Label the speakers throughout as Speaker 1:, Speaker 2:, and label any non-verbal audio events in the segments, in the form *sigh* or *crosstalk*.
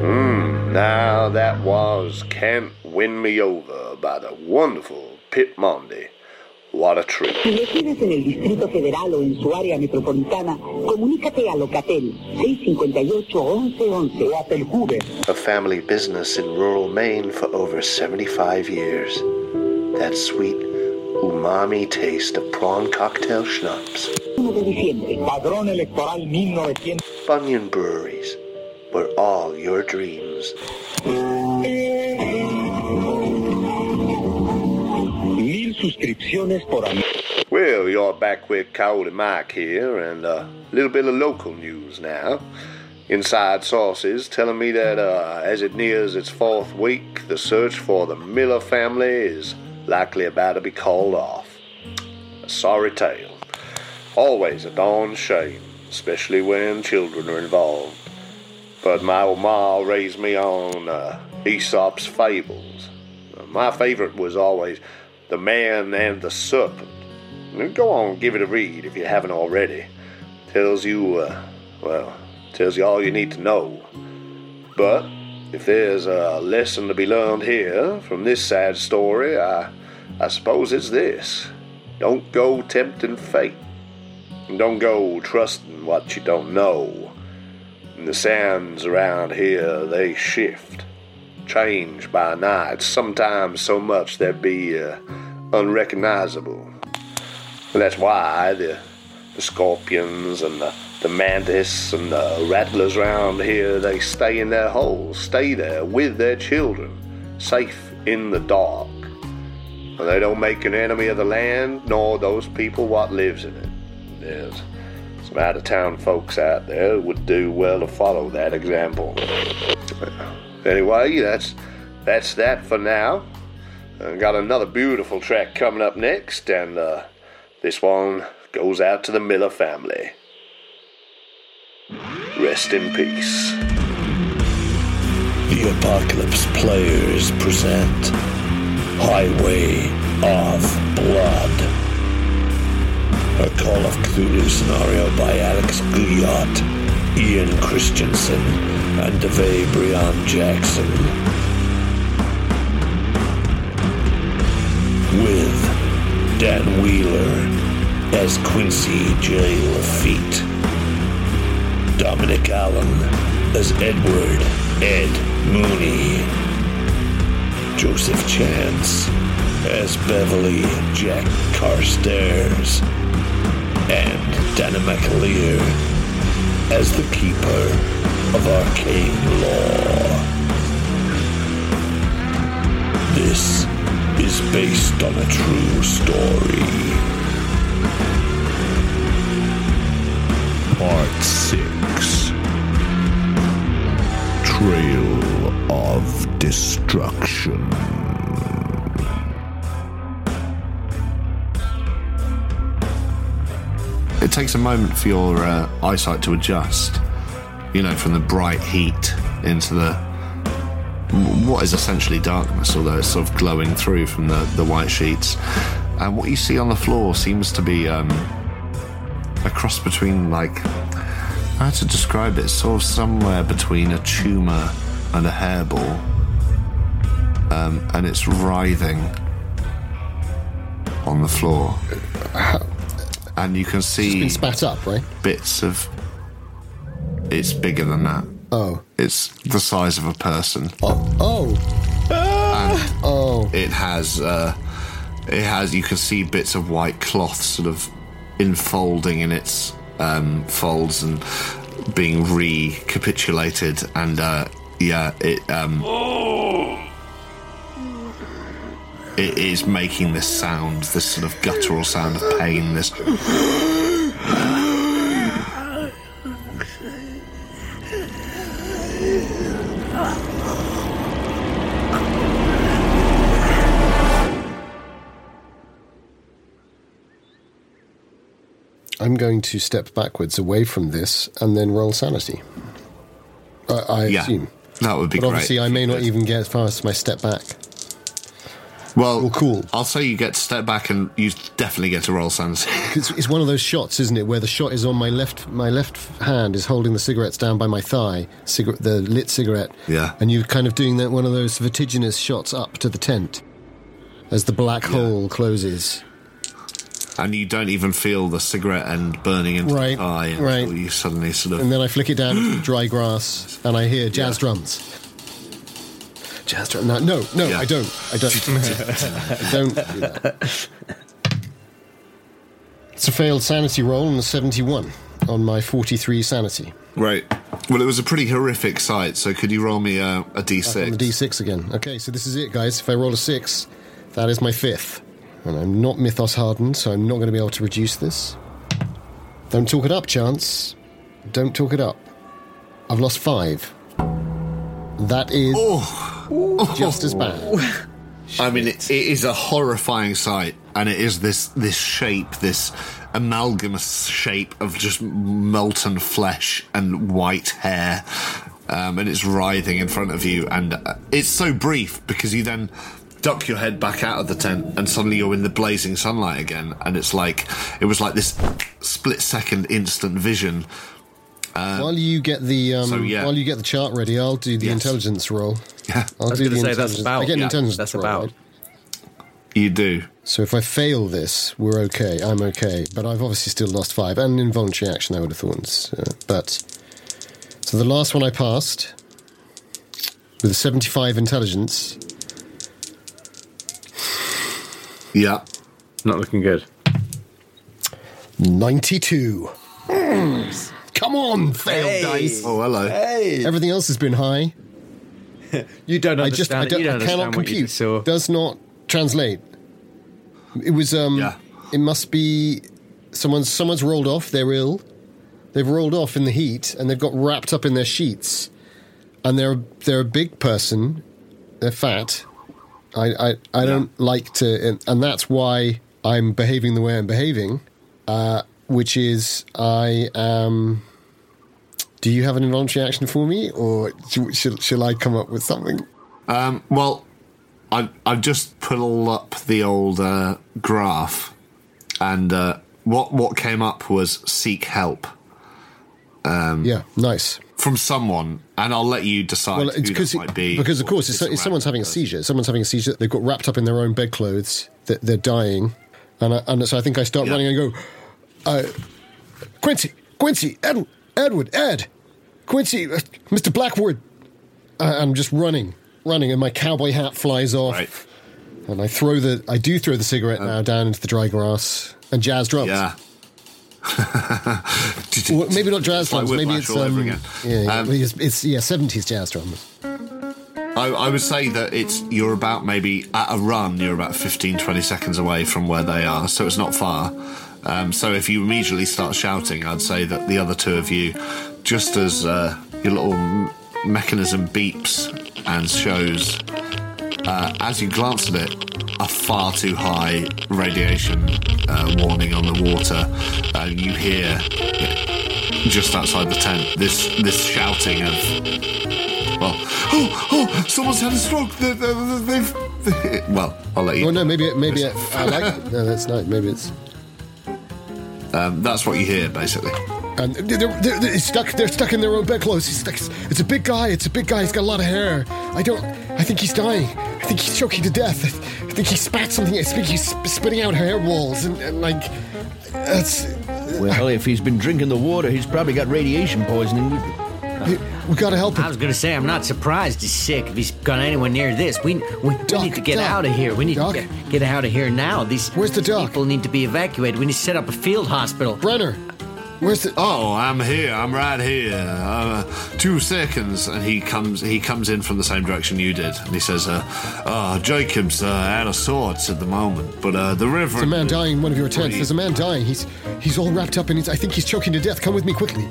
Speaker 1: Hmm, Now that was Can't Win Me Over by the wonderful Pip Mondi. What a trip.
Speaker 2: Si resides en el Distrito Federal o en su área metropolitana, comunícate a Locatel 658-1111 o a Teljuve
Speaker 1: A family business in rural Maine for over 75 years. That sweet, umami taste of prawn cocktail schnapps.
Speaker 2: 1 de diciembre.
Speaker 3: Padrón electoral 1900.
Speaker 1: Bunyan Breweries, where all your dreams.
Speaker 3: Mil suscripciones por año.
Speaker 1: Well, you're back with Coyote Mike here, and a little bit of local news now. Inside sources telling me that uh, as it nears its fourth week, the search for the Miller family is likely about to be called off. A sorry tale. Always a darn shame, especially when children are involved. But my old ma raised me on uh, Aesop's fables. My favorite was always The Man and the Serpent. Go on, give it a read if you haven't already. Tells you, uh, well, tells you all you need to know. But if there's a lesson to be learned here from this sad story, I, I suppose it's this: don't go tempting fate, and don't go trusting what you don't know. And the sands around here they shift, change by night. Sometimes so much they be uh, unrecognizable. And that's why the, the scorpions and the, the mantis and the rattlers round here, they stay in their holes, stay there with their children, safe in the dark. And they don't make an enemy of the land, nor those people what lives in it. There's some out of town folks out there who would do well to follow that example. Anyway, that's that's that for now. Uh, got another beautiful track coming up next, and uh, this one goes out to the Miller family. Rest in peace.
Speaker 4: The Apocalypse Players present Highway of Blood. A Call of Cthulhu scenario by Alex Guyot, Ian Christensen, and DeVay Brian Jackson. With Dan Wheeler as Quincy J. Lafitte. Dominic Allen as Edward Ed Mooney. Joseph Chance as Beverly Jack Carstairs. And Dana McAleer as the Keeper of Arcane Law. This is based on a true story. Part 6 Trail of Destruction.
Speaker 5: it takes a moment for your uh, eyesight to adjust. You know, from the bright heat into the what is essentially darkness, although it's sort of glowing through from the, the white sheets. And what you see on the floor seems to be um, a cross between, like, how to describe it? Sort of somewhere between a tumor and a hairball. Um, and it's writhing on the floor. And you can see
Speaker 6: Been spat up, right?
Speaker 5: bits of. It's bigger than that.
Speaker 6: Oh.
Speaker 5: It's the size of a person.
Speaker 6: Oh. Oh. Oh.
Speaker 5: It has. Uh, it has. You can see bits of white cloth sort of enfolding in its um, folds and being recapitulated. And uh, yeah, it. Um, It is making this sound, this sort of guttural sound of pain. This.
Speaker 6: I'm going to step backwards away from this and then roll sanity. I, I
Speaker 5: Yeah,
Speaker 6: assume.
Speaker 5: that would be
Speaker 6: But
Speaker 5: great.
Speaker 6: obviously, I may not even get as far as my step back.
Speaker 4: Well,
Speaker 6: Well, cool.
Speaker 4: I'll say you get to step back and you definitely get to roll
Speaker 6: *laughs*
Speaker 4: sanity.
Speaker 6: It's, it's one of those shots, isn't it, where the shot is on my left. My left hand is holding the cigarettes down by my thigh, cigarette, the lit cigarette.
Speaker 4: Yeah.
Speaker 6: And you're kind of doing that one of those vertiginous shots up to the tent as the black hole closes.
Speaker 4: and you don't even feel the cigarette end burning into
Speaker 6: Right,
Speaker 4: the eye until
Speaker 6: right.
Speaker 4: you suddenly sort
Speaker 6: And
Speaker 4: of
Speaker 6: then I flick it down to the dry grass, and I hear jazz drums. Jazz drum? No, no, no,
Speaker 4: Yeah.
Speaker 6: I don't. I don't. I don't. Do that. It's a failed sanity roll on the 71 on my 43 sanity.
Speaker 4: right. Well, it was a pretty horrific sight. So could you roll me a, a d6?
Speaker 6: On the D6 again. Okay, so this is it, guys. If I roll a 6, that is my fifth. And I'm not mythos hardened, so I'm not going to be able to reduce this. Don't talk it up, Chance. Don't talk it up. I've lost 5. That is
Speaker 7: Oh.
Speaker 6: just as bad.
Speaker 4: I mean, it, it is a horrifying sight, and it is this this shape, this amalgamous shape of just molten flesh and white hair, um, and it's writhing in front of you. And uh, it's so brief because you then duck your head back out of the tent, and suddenly you're in the blazing sunlight again. And it's like it was like this split second instant vision.
Speaker 6: while you get the um,
Speaker 4: so, yeah.
Speaker 6: while you get the chart ready, I'll do the
Speaker 4: Yes.
Speaker 6: intelligence roll.
Speaker 4: Yeah,
Speaker 6: I'll
Speaker 7: was
Speaker 6: do
Speaker 7: gonna
Speaker 6: the
Speaker 7: say, that's
Speaker 6: intelligence. I
Speaker 7: about-
Speaker 6: get an
Speaker 7: yeah,
Speaker 6: intelligence
Speaker 7: that's
Speaker 6: roll,
Speaker 7: about.
Speaker 6: right?
Speaker 4: you do.
Speaker 6: So if I fail this, we're okay. I'm okay, but I've obviously still lost five and an involuntary action. I would have thought, So, but so the last one I passed with a 75 intelligence.
Speaker 4: Yeah.
Speaker 7: Not looking good.
Speaker 6: 92. Come on, failed dice.
Speaker 4: Oh, hello.
Speaker 6: Everything else has been high.
Speaker 7: *laughs* You don't
Speaker 6: I just,
Speaker 7: understand.
Speaker 6: I, don't,
Speaker 7: you don't
Speaker 6: I cannot
Speaker 7: understand what you
Speaker 6: compute.
Speaker 7: just saw.
Speaker 6: Does not translate. It was, um,
Speaker 4: Yeah.
Speaker 6: it must be someone's someone's rolled off. They're ill. They've rolled off in the heat and they've got wrapped up in their sheets, and they're they're a big person. They're fat. I I, I don't like to, and, and that's why I'm behaving the way I'm behaving, uh, which is I am. Do you have an involuntary action for me, or sh- shall, shall I come up with something?
Speaker 4: Um, well, I, I've just pulled up the old uh, graph, and uh, what what came up was seek help
Speaker 6: yeah, nice.
Speaker 4: from someone, and I'll let you decide
Speaker 6: Well,
Speaker 4: who
Speaker 6: it's because
Speaker 4: that might be.
Speaker 6: because of
Speaker 4: or
Speaker 6: course,
Speaker 4: if
Speaker 6: it's, it's someone's
Speaker 4: random
Speaker 6: having a
Speaker 4: person.
Speaker 6: seizure. Someone's having a seizure. They've got wrapped up in their own bedclothes. That they're dying, and I, and so I think I start
Speaker 4: Yeah.
Speaker 6: running and go, uh, Quincy, Quincy, Ed, Edward, Ed, Quincy, uh, Mr. Blackwood. I, I'm just running, running, and my cowboy hat flies off,
Speaker 4: Right. Um,
Speaker 6: and I throw the I do throw the cigarette now down into the dry grass and jazz drums.
Speaker 4: Yeah.
Speaker 6: Or maybe not jazz
Speaker 4: It's like
Speaker 6: drums. maybe
Speaker 4: Whiplash
Speaker 6: it's
Speaker 4: all over
Speaker 6: um, yeah,
Speaker 4: again.
Speaker 6: yeah,
Speaker 4: Um,
Speaker 6: it's, it's yeah, seventies jazz drums.
Speaker 4: I, I would say that it's you're about maybe at a run, you're about 15, 20 seconds away from where they are, so it's not far. Um, so if you immediately start shouting, I'd say that the other two of you, just as uh, your little m- mechanism beeps and shows, uh, as you glance at it, a far too high radiation uh, warning on the water, uh, you hear just outside the tent this this shouting of well, *gasps* oh, oh, someone's had a stroke. They, have *laughs* Well, I'll let you.
Speaker 6: Well, no, maybe maybe I, I like. No, that's not. Maybe it's.
Speaker 4: Um, that's what you hear, basically.
Speaker 6: And they're, they're, they're stuck. They're stuck in their own bedclothes. He's stuck. It's a big guy. It's a big guy. He's got a lot of hair. I don't. I think he's dying. I think he's choking to death. I, think he spat something. I think he's sp- spitting out hair walls and, and like. That's.
Speaker 8: Well, if he's been drinking the water, he's probably got radiation poisoning.
Speaker 6: We, we gotta help
Speaker 9: I
Speaker 6: him.
Speaker 9: was gonna say I'm not surprised he's sick if he's gone anywhere near this. We we, we
Speaker 6: Doc,
Speaker 9: need to get
Speaker 6: Doc,
Speaker 9: out of here. We need
Speaker 6: Doc?
Speaker 9: to get, get out of here now. These
Speaker 6: Where's the doc?
Speaker 9: people need to be evacuated. We need to set up a field hospital.
Speaker 6: Brenner, where's the?
Speaker 4: Oh, I'm here. I'm right here. Uh, two seconds, and he comes. He comes in from the same direction you did, and he says, uh, "Oh, Jacob's uh, out of sorts at the moment, but uh, the
Speaker 6: There's
Speaker 4: Reverend."
Speaker 6: a man dying in one of your tents.
Speaker 4: Please.
Speaker 6: There's a man dying. He's he's all wrapped up and he's, I think he's choking to death. Come with me quickly.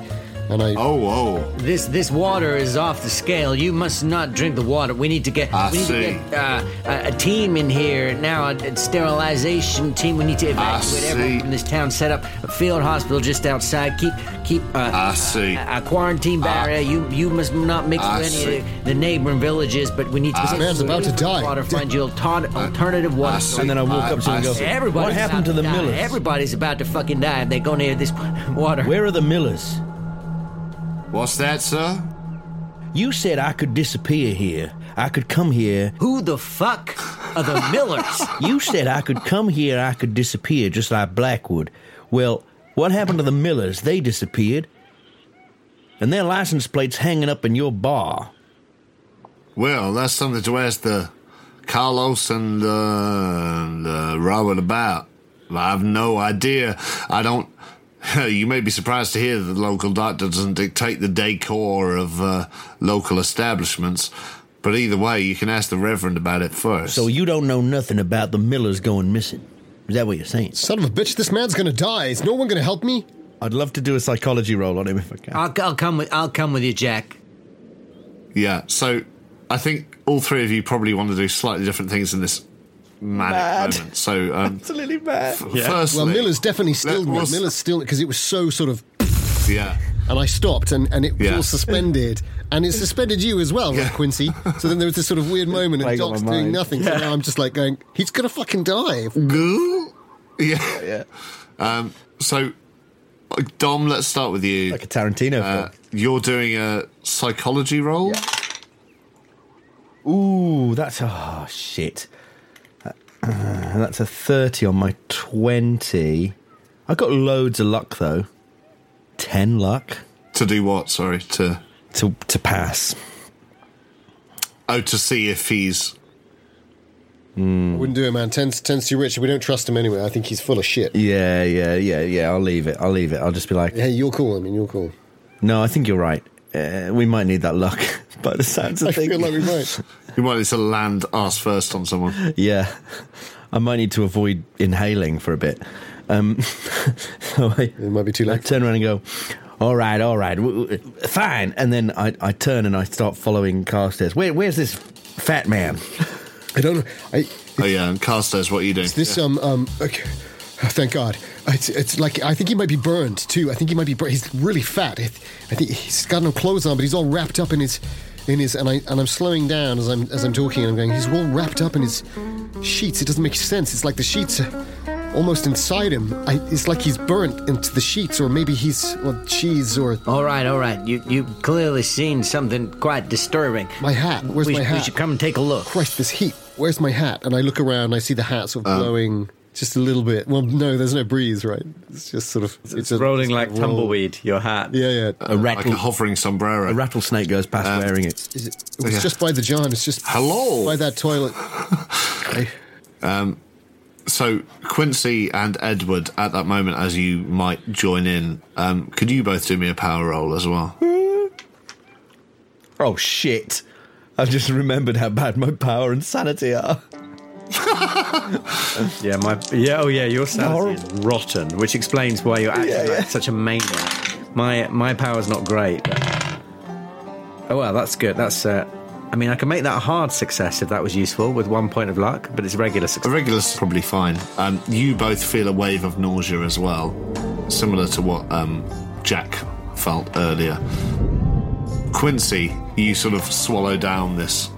Speaker 6: and I
Speaker 4: Oh, oh.
Speaker 9: This this water is off the scale. You must not drink the water. We need to get
Speaker 4: I
Speaker 9: we need
Speaker 4: see.
Speaker 9: to get uh, a, a team in here now. A, a sterilization team. We need to evacuate
Speaker 4: see.
Speaker 9: everyone from this town. Set up a field hospital just outside. Keep keep
Speaker 4: I
Speaker 9: uh,
Speaker 4: see.
Speaker 9: a, a quarantine barrier. you you must not mix
Speaker 4: I
Speaker 9: with any
Speaker 4: see.
Speaker 9: of the, the neighboring villages. But we need to.
Speaker 6: man's about to die.
Speaker 9: Water. Find you alter- alternative water.
Speaker 4: I
Speaker 9: source.
Speaker 4: see.
Speaker 10: And then I walk up to him and go,
Speaker 4: see.
Speaker 9: Everybody's
Speaker 10: What happened
Speaker 9: about
Speaker 10: to the
Speaker 9: die.
Speaker 10: Millers?
Speaker 9: Everybody's about to fucking die if they go near this *laughs* water.
Speaker 10: Where are the Millers?
Speaker 4: oh. What's that, sir?
Speaker 10: You said I could disappear here. I could come here.
Speaker 9: Who the fuck are the Millers?
Speaker 10: You said I could come here, I could disappear, just like Blackwood. Well, what happened to the Millers? They disappeared. And their license plate's hanging up in your bar.
Speaker 4: Well, that's something to ask the Carlos and, uh, and uh, Robert about. I've no idea. I don't. *laughs* You may be surprised to hear that the local doctor doesn't dictate the decor of uh, local establishments. But either way, you can ask the Reverend about it first.
Speaker 10: So you don't know nothing about the Millers going missing. Is that what you're saying?
Speaker 6: son of a bitch, this man's gonna die. Is no one gonna help me?
Speaker 8: I'd love to do a psychology roll on him if I can.
Speaker 9: I'll, I'll come with I'll come with you, Jack.
Speaker 4: Yeah, so I think all three of you probably want to do slightly different things in this manic
Speaker 8: Mad.
Speaker 4: moment. So, um,
Speaker 8: Absolutely bad.
Speaker 4: firstly,
Speaker 6: Well, Miller's definitely still
Speaker 4: Let- we'll-
Speaker 6: Miller's still because it was so sort of,
Speaker 4: yeah,
Speaker 6: and I stopped and and it was
Speaker 4: Yeah.
Speaker 6: all suspended, and it suspended you as well, right, Quincy. So then there was this sort
Speaker 8: *laughs*
Speaker 6: of weird moment and
Speaker 8: Playing on
Speaker 6: Doc's
Speaker 8: my
Speaker 6: doing
Speaker 8: mind. Mm.
Speaker 6: nothing. So now I'm just like going, he's gonna fucking die.
Speaker 4: goo, yeah.
Speaker 8: Yeah.
Speaker 4: Um, so, uh, Dom, let's start with you.
Speaker 8: Like a Tarantino
Speaker 4: Uh, you're doing a psychology role.
Speaker 8: film. Ooh, that's oh shit. Uh, *clears throat* that's a thirty on my twenty. I got loads of luck though. Ten luck
Speaker 4: To do what? Sorry, to
Speaker 8: to to pass.
Speaker 4: oh, to see if he's
Speaker 6: I wouldn't do it, man. Ten's ten's too rich. We don't trust him anyway. I think he's full of shit.
Speaker 8: Yeah, yeah, yeah, yeah. I'll leave it. I'll leave it. I'll just be like,
Speaker 6: Hey, you're cool. I mean, you're cool.
Speaker 8: no, I think you're right. Uh, we might need that luck *laughs* by the sounds
Speaker 6: I
Speaker 8: of
Speaker 6: feel
Speaker 8: things.
Speaker 6: like we
Speaker 8: *laughs*
Speaker 6: might.
Speaker 4: you might need to land ass first on someone.
Speaker 8: Yeah, I might need to avoid inhaling for a bit. Um, *laughs* so I,
Speaker 6: It might be too
Speaker 8: I
Speaker 6: late.
Speaker 8: turn around and go, "All right, all right, w- w- fine." And then I, I turn and I start following Carstairs. Where, where's this fat man?
Speaker 6: I don't. know. I
Speaker 4: Oh yeah, and Carstairs, what are you doing?
Speaker 6: this um um. Okay. *sighs* Thank God. It's, it's like I think he might be burned too. I think he might be. Bur- he's really fat. I, th- I think he's got no clothes on, but he's all wrapped up in his, in his. And I and I'm slowing down as I'm as I'm talking. And I'm going. He's all wrapped up in his sheets. It doesn't make sense. It's like the sheets are almost inside him. I, it's like he's burnt into the sheets, or maybe he's well cheese or
Speaker 9: All right, all right. You you've clearly seen something quite disturbing.
Speaker 6: my hat. Where's
Speaker 9: we,
Speaker 6: my
Speaker 9: sh-
Speaker 6: hat?
Speaker 9: we should come and take a look.
Speaker 6: Christ, this heat. Where's my hat? And I look around, and I see the hat sort
Speaker 4: Um.
Speaker 6: of blowing just a little bit. Well, no, there's no breeze, right? It's just sort of it's,
Speaker 11: It's
Speaker 6: a-
Speaker 11: rolling
Speaker 6: it's a
Speaker 11: like
Speaker 6: roll.
Speaker 11: tumbleweed, your hat.
Speaker 6: Yeah, yeah.
Speaker 8: A
Speaker 4: like
Speaker 8: rattle,
Speaker 4: a hovering sombrero.
Speaker 8: um, a rattlesnake goes past
Speaker 6: Uh,
Speaker 8: wearing it.
Speaker 6: Is it, it was
Speaker 4: Yeah.
Speaker 6: just by the john. It's just
Speaker 4: Hello?
Speaker 6: by
Speaker 4: *laughs*
Speaker 6: that toilet. I-
Speaker 4: so Quincy and Edward, at that moment, as you might join in, um, could you both do me a power roll as well?
Speaker 8: Oh shit! I've just remembered how bad my power and sanity are.
Speaker 11: Yeah, my yeah, oh yeah, your sanity
Speaker 8: Horrible.
Speaker 11: is rotten, which explains why you're acting like such a maniac. My my power's not great. Oh well, that's good. That's uh, I mean, I can make that a hard success if that was useful with one point of luck, but it's regular
Speaker 4: A
Speaker 11: success.
Speaker 4: regular's probably fine. Um, you both feel a wave of nausea as well, similar to what um, Jack felt earlier. Quincy, you sort of swallow down this.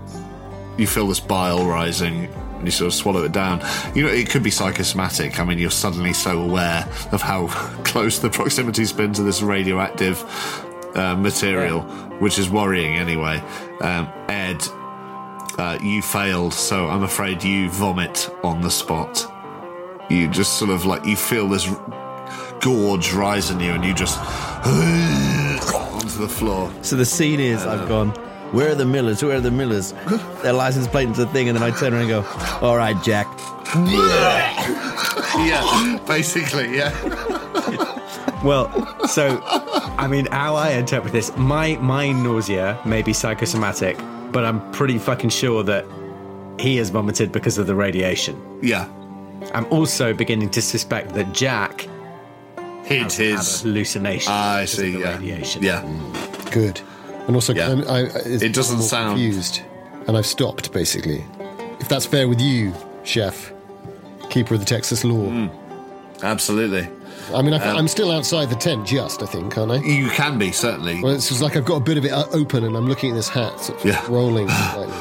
Speaker 4: You feel this bile rising, and you sort of swallow it down. You know, it could be psychosomatic. I mean, you're suddenly so aware of how *laughs* close the proximity's been to this radioactive uh, material, which is worrying anyway. Um, Ed, uh, you failed, so I'm afraid you vomit on the spot. You just sort of like you feel this gorge rise in you, and you just *sighs* onto the floor.
Speaker 8: So the scene is I've gone, where are the Millers? Where are the Millers? Their license plate is a thing, and then I turn around and go, all right, Jack.
Speaker 4: Yeah, *laughs* basically, yeah.
Speaker 11: Well, so I mean, how I interpret this, my my nausea may be psychosomatic, but I'm pretty fucking sure that he has vomited because of the radiation.
Speaker 4: Yeah.
Speaker 11: I'm also beginning to suspect that Jack
Speaker 4: It is
Speaker 12: hallucination.
Speaker 4: I see. Yeah. Yeah.
Speaker 6: Good. And also,
Speaker 4: Yeah.
Speaker 6: I'm- I, I,
Speaker 4: It doesn't
Speaker 6: I'm all
Speaker 4: sound-
Speaker 6: confused, and I've stopped basically. If that's fair with you, Chef, keeper of the Texas law.
Speaker 4: Absolutely.
Speaker 6: I mean, I,
Speaker 4: Hmm. Um,
Speaker 6: I'm still outside the tent, just I think, aren't I?
Speaker 4: You can be certainly.
Speaker 6: Well, it's just like I've got a bit of it uh, open, and I'm looking at this hat sort of
Speaker 4: Yeah. *sighs*
Speaker 6: rolling. slightly.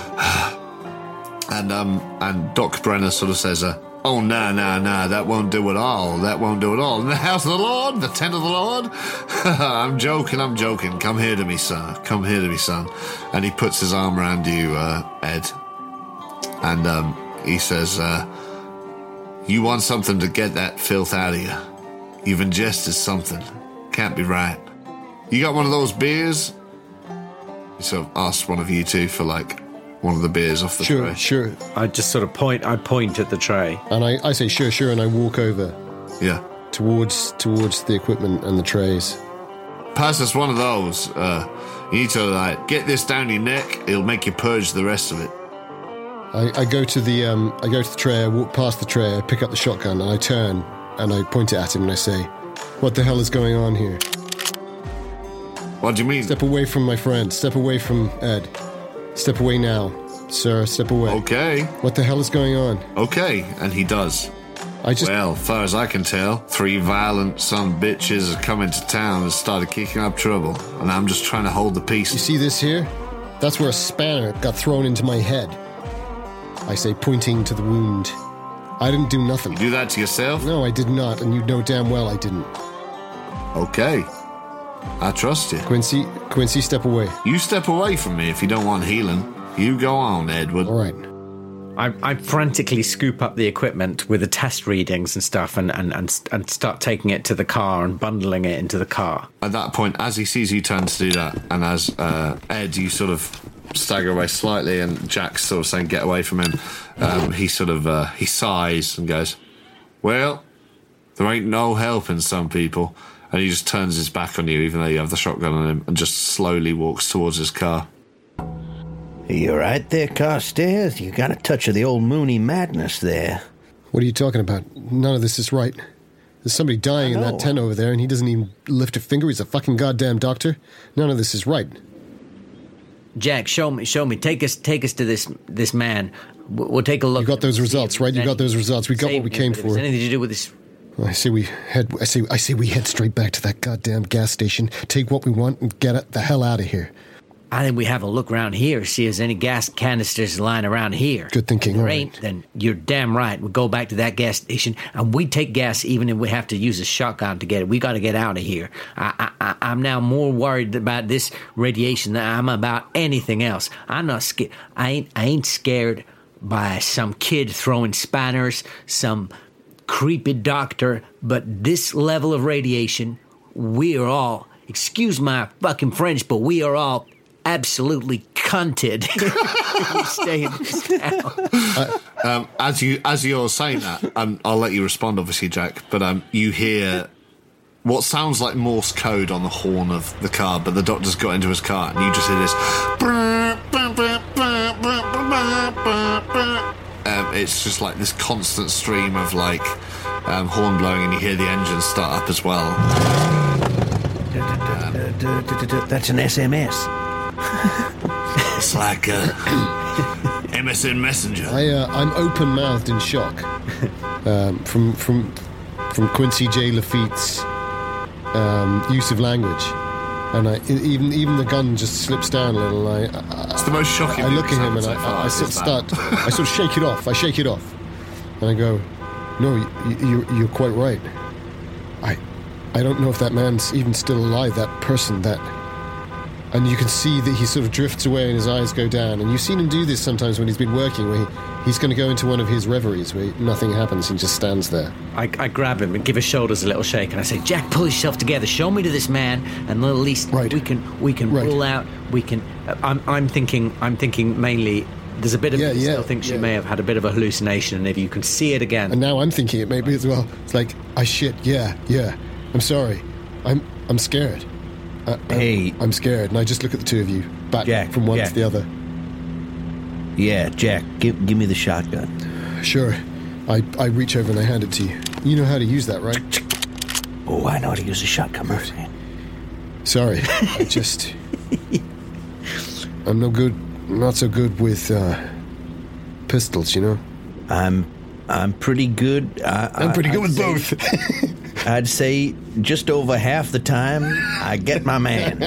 Speaker 4: And um and Doc Brenner sort of says, uh, "Oh no no no, that won't do at all. That won't do at all. *laughs* In the house of the Lord, the tent of the Lord." *laughs* I'm joking. I'm joking. Come here to me, sir. Come here to me, son. And he puts his arm around you, uh, Ed, and um, he says, uh, "You want something to get that filth out of you? You've ingested something. Can't be right. You got one of those beers?" He sort of asks one of you two for like one of the beers off the
Speaker 6: sure,
Speaker 4: tray.
Speaker 6: sure.
Speaker 12: I just sort of point. I point at the tray.
Speaker 6: And I, I say sure, sure, and I walk over
Speaker 4: Yeah.
Speaker 6: towards towards the equipment and the trays.
Speaker 4: Pass us one of those. Uh, you need to like get this down your neck. It'll make you purge the rest of it.
Speaker 6: I, I go to the um, I go to the tray. I walk past the tray. I pick up the shotgun and I turn and I point it at him and I say, "What the hell is going on here?
Speaker 4: What do you mean?
Speaker 6: Step away from my friend. Step away from Ed. Step away now, sir. Step away.
Speaker 4: Okay,
Speaker 6: What the hell is going on?
Speaker 4: okay, and he does.
Speaker 6: I just
Speaker 4: Well, far as I can tell, three violent son of bitches have come into town and started kicking up trouble, and I'm just trying to hold the
Speaker 6: you
Speaker 4: peace.
Speaker 6: see this here? That's where a spanner got thrown into my head. I say, pointing to the wound. I didn't do nothing.
Speaker 4: You do that to yourself?
Speaker 6: No, I did not, and you know damn well I didn't.
Speaker 4: Okay, I trust you.
Speaker 6: Quincy, Quincy, step away.
Speaker 4: You step away from me if you don't want healing. You go on, Edward.
Speaker 6: All right.
Speaker 12: I, I frantically scoop up the equipment with the test readings and stuff, and and, and and start taking it to the car and bundling it into the car.
Speaker 4: At that point, as he sees you turn to do that, and as uh, Ed, you sort of stagger away slightly, and Jack's sort of saying, "Get away from him." Um, he sort of uh, he sighs and goes, "Well, there ain't no helping some people," and he just turns his back on you, even though you have the shotgun on him, and just slowly walks towards his car.
Speaker 8: You right there, Carstairs? You got a touch of the old Mooney madness there.
Speaker 6: What are you talking about? None of this is right. There's somebody dying in
Speaker 8: know.
Speaker 6: that tent over there, and he doesn't even lift a finger. He's a fucking goddamn doctor. None of this is right.
Speaker 9: Jack, show me, show me. Take us, take us to this this man. We'll, we'll take a look.
Speaker 6: You got those
Speaker 9: See if
Speaker 6: results, right? You
Speaker 9: there's
Speaker 6: got those
Speaker 9: any-
Speaker 6: results. We got
Speaker 9: save
Speaker 6: what we
Speaker 9: me,
Speaker 6: came
Speaker 9: but if there's
Speaker 6: for.
Speaker 9: Anything to do with this?
Speaker 6: I say we head. I say. I say we head straight back to that goddamn gas station. Take what we want and get it the hell out of here.
Speaker 9: I think we have a look around here. See if there's any gas canisters lying around here.
Speaker 6: Good thinking,
Speaker 9: If there
Speaker 6: all
Speaker 9: ain't,
Speaker 6: right.
Speaker 9: then you're damn right. We go back to that gas station and we take gas, even if we have to use a shotgun to get it. We got to get out of here. I, I, I, I'm now more worried about this radiation than I'm about anything else. I'm not scared. I ain't. I ain't scared by some kid throwing spanners, some creepy doctor. But this level of radiation, we are all. Excuse my fucking French, but we are all absolutely cunted. *laughs* if we stay in this town.
Speaker 4: Um, as you as you're saying that, um, I'll let you respond, obviously, Jack. But um, you hear what sounds like Morse code on the horn of the car, but the doctor's got into his car, and you just hear this. Um, it's just like this constant stream of like um, horn blowing, and you hear the engine start up as well.
Speaker 8: That's an SMS.
Speaker 4: It's like uh, MSN Messenger.
Speaker 6: I, uh, I'm open mouthed in shock um, from from from Quincy J. Lafitte's um, use of language, and I, e- even even the gun just slips down a little. and I,
Speaker 4: It's the most shocking.
Speaker 6: I
Speaker 4: thing
Speaker 6: look
Speaker 4: that's
Speaker 6: at him
Speaker 4: happened
Speaker 6: and
Speaker 4: so
Speaker 6: I,
Speaker 4: far,
Speaker 6: I, I sort of
Speaker 4: is that.
Speaker 6: start, I sort of shake it off. I shake it off, and I go, "No, you, you, you're quite right. I, I don't know if that man's even still alive. That person, that." And you can see that he sort of drifts away and his eyes go down. And you've seen him do this sometimes when he's been working, where he, he's going to go into one of his reveries where nothing happens. He just stands there.
Speaker 12: I, I grab him and give his shoulders a little shake, and I say,
Speaker 9: Jack, pull yourself together. Show me to this man, and at least
Speaker 6: Right.
Speaker 9: we can we can
Speaker 6: Right.
Speaker 9: rule out. We can.
Speaker 12: uh, I'm, I'm thinking I'm thinking mainly there's a bit of
Speaker 6: Yeah,
Speaker 12: I
Speaker 6: yeah,
Speaker 12: still think she
Speaker 6: yeah.
Speaker 12: may have had a bit of a hallucination and if you can see it again
Speaker 6: And now I'm thinking it maybe as well. It's like, I shit, yeah, yeah. I'm sorry. I'm I'm scared. I, I'm,
Speaker 8: Hey.
Speaker 6: I'm scared. And I just look at the two of you, back
Speaker 8: Jack,
Speaker 6: from one
Speaker 8: Jack.
Speaker 6: to the other.
Speaker 8: Yeah, Jack, give, give me the shotgun.
Speaker 6: Sure. I, I reach over and I hand it to you. You know how to use that, right?
Speaker 8: Oh, I know how to use a shotgun, my friend.
Speaker 4: *laughs*
Speaker 6: Sorry, I just I'm no good, not so good with uh, pistols, you know.
Speaker 8: I'm, I'm pretty good. I,
Speaker 6: I'm pretty
Speaker 8: I-
Speaker 6: good with
Speaker 8: I'd
Speaker 6: both.
Speaker 8: both. *laughs* I'd say just over half the time I get
Speaker 6: *laughs*
Speaker 8: my man.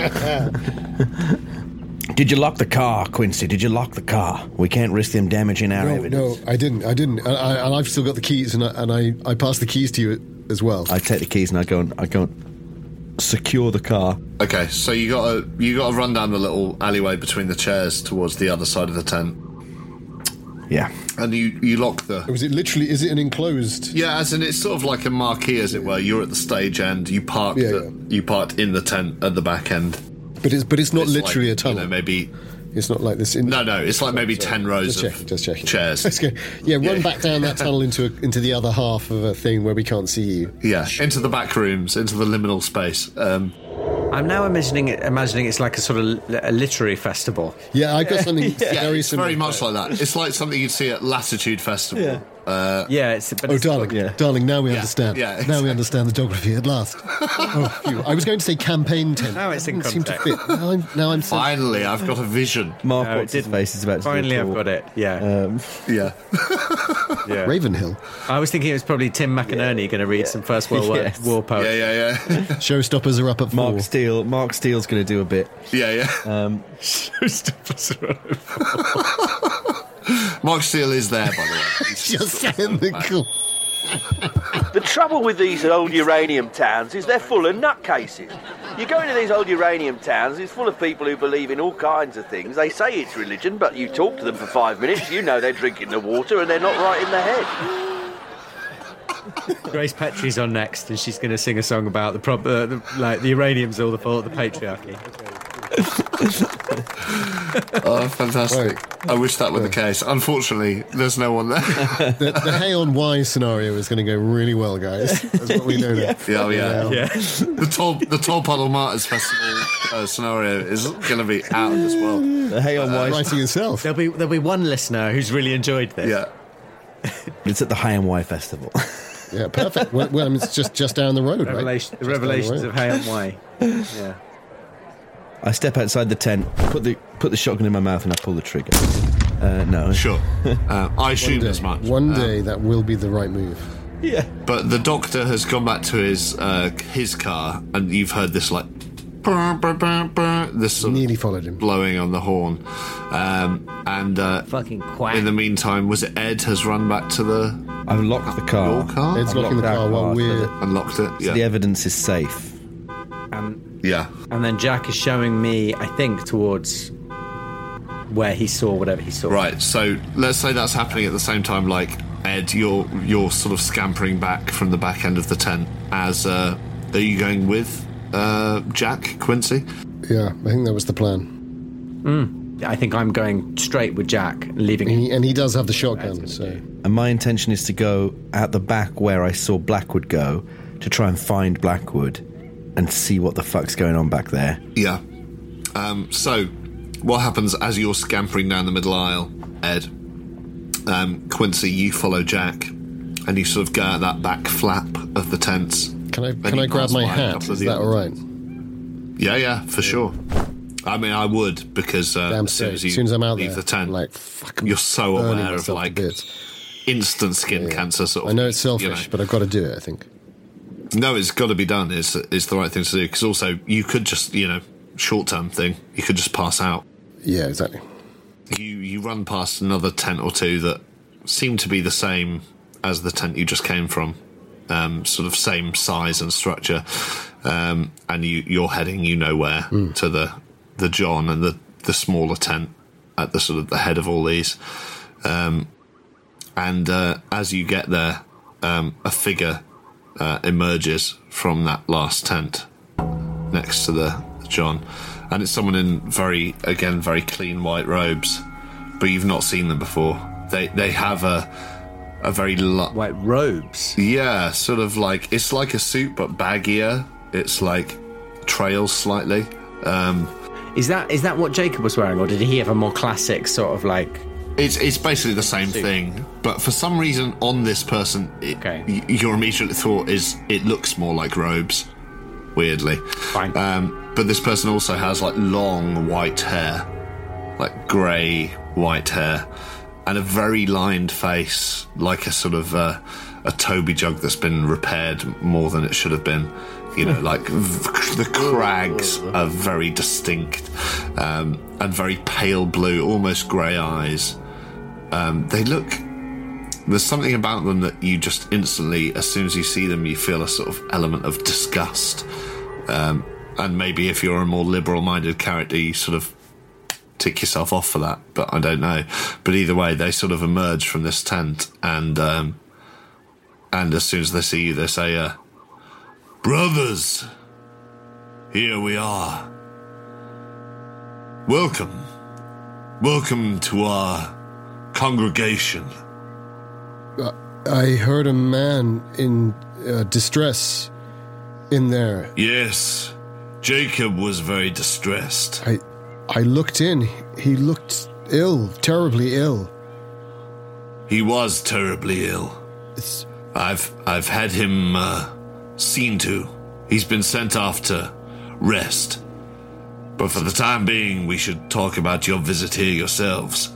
Speaker 8: Did you lock the car, Quincy? Did you lock the car? We can't risk them damaging our
Speaker 6: no,
Speaker 8: evidence.
Speaker 6: no, I didn't. I didn't. And I, and I've still got the keys, and I, and I, I passed the keys to you as well.
Speaker 8: I take the keys and I go and I go and secure the car.
Speaker 4: Okay, so you gotta you gotta run down the little alleyway between the chairs towards the other side of the tent,
Speaker 8: Yeah.
Speaker 4: and you you lock the.
Speaker 6: was it literally? Is it an enclosed?
Speaker 4: Yeah, as in it's sort of like a marquee, as it were. You're at the stage end. You parked.
Speaker 6: Yeah,
Speaker 4: at-
Speaker 6: yeah.
Speaker 4: You parked in the tent at the back end.
Speaker 6: But it's but it's not
Speaker 4: It's like,
Speaker 6: literally a tunnel.
Speaker 4: You know, maybe
Speaker 6: it's not like this. In-
Speaker 4: no, no. It's like maybe ten rows
Speaker 6: Just
Speaker 4: of
Speaker 6: checking, just checking. *laughs*
Speaker 4: chairs.
Speaker 6: Let's go. Yeah, run
Speaker 4: Yeah.
Speaker 6: back down that tunnel into a, into the other half of a thing where we can't see you.
Speaker 4: Yeah, into the back rooms, into the liminal space. Um,
Speaker 12: I'm now imagining it, imagining it's like a sort of li- a literary festival.
Speaker 6: Yeah, I've got something
Speaker 4: *laughs* yeah,
Speaker 6: very
Speaker 4: it's
Speaker 6: similar.
Speaker 4: very much like that. It's like something you'd see at Latitude Festival. Uh,
Speaker 12: Yeah, it's but
Speaker 6: Oh,
Speaker 12: it's,
Speaker 6: darling, darling, now we
Speaker 4: Yeah,
Speaker 6: understand.
Speaker 4: yeah,
Speaker 6: Now we
Speaker 4: exactly.
Speaker 6: understand the geography
Speaker 4: *laughs*
Speaker 6: at last. oh, phew. I was going to say campaign tent.
Speaker 12: Now it's in
Speaker 6: Doesn't seem to fit.
Speaker 12: context.
Speaker 6: Now I'm, now I'm so-
Speaker 4: finally, I've got a vision.
Speaker 8: Mark
Speaker 12: No, it
Speaker 8: what's his
Speaker 12: didn't.
Speaker 8: face is about to Uh, do a
Speaker 12: Finally, I've
Speaker 8: talk.
Speaker 12: got it. Yeah,
Speaker 4: Yeah. *laughs*
Speaker 12: yeah.
Speaker 6: Ravenhill,
Speaker 12: I was thinking it was probably Tim McInerney going to read some First World War,
Speaker 8: Yes.
Speaker 12: war
Speaker 4: Yeah,
Speaker 12: poetry.
Speaker 4: yeah, yeah.
Speaker 6: showstoppers are up at four.
Speaker 8: Mark Steele. Mark Steele's going to do a
Speaker 12: *laughs*
Speaker 8: bit.
Speaker 4: Yeah,
Speaker 6: Uh,
Speaker 4: yeah. Mark Steele is there, by the way. He's
Speaker 6: *laughs* *laughs* Just
Speaker 4: *laughs*
Speaker 6: saying the cool.
Speaker 13: The trouble with these old uranium towns is they're full of nutcases. You go into these old uranium towns, it's full of people who believe in all kinds of things. They say it's religion, but you talk to them for five minutes, you know they're drinking the water and they're not right in the head.
Speaker 12: Grace Petrie's on next, and she's going to sing a song about the, prob- uh, the like the uranium's all the fault of the patriarchy.
Speaker 4: Oh, fantastic.
Speaker 6: Right.
Speaker 4: I wish that were the case. Unfortunately, there's no one there.
Speaker 6: *laughs* The, the hey on why scenario is going to go really well,
Speaker 4: *laughs*
Speaker 6: guys. That's what we know Um, now.
Speaker 4: yeah, oh, yeah. yeah. The Tall, the tall Puddle Martyrs Festival uh, scenario is going to be out of this world.
Speaker 8: The Hay on Wye.
Speaker 12: Uh,
Speaker 6: Writing yourself.
Speaker 12: There'll be there'll be one listener who's really enjoyed this.
Speaker 4: Yeah.
Speaker 8: It's at the Hay on Wye festival. *laughs*
Speaker 6: Yeah, perfect. Well, well I mean, it's just just down the road, right?
Speaker 12: Revelation, the
Speaker 6: Just down the
Speaker 12: revelations
Speaker 6: road.
Speaker 12: of Hay and Why. Yeah.
Speaker 8: I step outside the tent, put the put the shotgun in my mouth, and I pull the trigger. Uh, no.
Speaker 4: Sure. Uh, I assumed
Speaker 6: One
Speaker 4: as much.
Speaker 6: day, one
Speaker 4: Uh,
Speaker 6: day that will be the right move.
Speaker 8: Yeah.
Speaker 4: But the doctor has gone back to his uh, his car, and you've heard this like "Brr, brr, brr, brr," this sort
Speaker 6: Nearly
Speaker 4: of
Speaker 6: followed him.
Speaker 4: blowing on the horn, um, and uh,
Speaker 9: Fucking quack.
Speaker 4: in the meantime, was it Ed has run back to the
Speaker 8: I've locked the
Speaker 6: Oh,
Speaker 8: car.
Speaker 4: your car
Speaker 6: It's locking the
Speaker 8: locked
Speaker 6: car
Speaker 8: out
Speaker 6: while
Speaker 8: cars,
Speaker 6: we're.
Speaker 4: and locked it?
Speaker 8: The
Speaker 4: Yeah,
Speaker 8: evidence is safe.
Speaker 4: yeah.
Speaker 12: And then Jack is showing me, I think, towards where he saw whatever he saw.
Speaker 4: Right. So let's say that's happening at the same time. Like Ed, you're you're sort of scampering back from the back end of the tent. As uh, are you going with uh, Jack Quincy?
Speaker 6: Yeah, I think that was the plan.
Speaker 12: I think I'm going straight with Jack, leaving
Speaker 6: And
Speaker 12: him.
Speaker 6: he, and he does have the shotgun, so.
Speaker 8: And my intention is to go out the back where I saw Blackwood go to try and find Blackwood and see what the fuck's going on back there.
Speaker 4: Yeah. Um, so, what happens as you're scampering down the middle aisle, Ed? Um, Quincy, you follow Jack, and you sort of go out that back flap of the tents.
Speaker 6: Can I
Speaker 4: Then
Speaker 6: can
Speaker 4: you
Speaker 6: I grab
Speaker 4: pass
Speaker 6: my
Speaker 4: behind a
Speaker 6: hat?
Speaker 4: couple of
Speaker 6: Is
Speaker 4: the
Speaker 6: that
Speaker 4: others.
Speaker 6: all right?
Speaker 4: Yeah, yeah, for sure. I mean, I would because uh,
Speaker 6: Damn
Speaker 4: as soon
Speaker 6: straight.
Speaker 4: as you
Speaker 6: As soon as I'm out
Speaker 4: leave
Speaker 6: there,
Speaker 4: the tent,
Speaker 6: I'm like fuck, I'm
Speaker 4: you're so
Speaker 6: burning
Speaker 4: aware of
Speaker 6: myself to
Speaker 4: like
Speaker 6: bits.
Speaker 4: instant skin cancer. Sort of.
Speaker 6: I know it's
Speaker 4: you
Speaker 6: selfish, but I've got to do it. I think.
Speaker 4: No, it's got to be done. It's it's the right thing to do because also you could just you know short term thing. You could just pass out.
Speaker 6: Yeah, exactly.
Speaker 4: you you run past another tent or two that seem to be the same as the tent you just came from, um, sort of same size and structure, um, and you you're heading you know where
Speaker 6: Hmm.
Speaker 4: to the the John and the the smaller tent at the sort of the head of all these, um, and uh, as you get there, um, a figure uh, emerges from that last tent next to the, the John, and it's someone in very, again, very clean white robes, but you've not seen them before. They they have a a very lu-
Speaker 12: White robes.
Speaker 4: yeah, sort of like it's like a suit but baggier. It's like trails slightly. Um,
Speaker 12: Is that is that what Jacob was wearing, or did he have a more classic sort of like
Speaker 4: It's it's basically the same thing, but for some reason on this person, it, y- your immediate thought is it looks more like robes. Weirdly, fine. Um, but this person also has like long white hair, like grey white hair, and a very lined face, like a sort of uh, a Toby jug that's been repaired more than it should have been. You know, like v- the crags are very distinct um, and very pale blue, almost grey eyes. Um, they look. There's something about them that you just instantly, as soon as you see them, you feel a sort of element of disgust. Um, and maybe if you're a more liberal minded character, you sort of tick yourself off for that, but I don't know. But either way, they sort of emerge from this tent, and um, and as soon as they see you, they say, uh, "Brothers, here we are. Welcome, welcome to our congregation."
Speaker 6: Uh, I heard a man in uh, distress in there.
Speaker 14: Yes, Jacob was very distressed.
Speaker 6: I, I looked in. He looked ill, terribly ill.
Speaker 14: He was terribly ill. I've I've had him uh, seen to. He's been sent off to rest. But for the time being, we should talk about your visit here yourselves.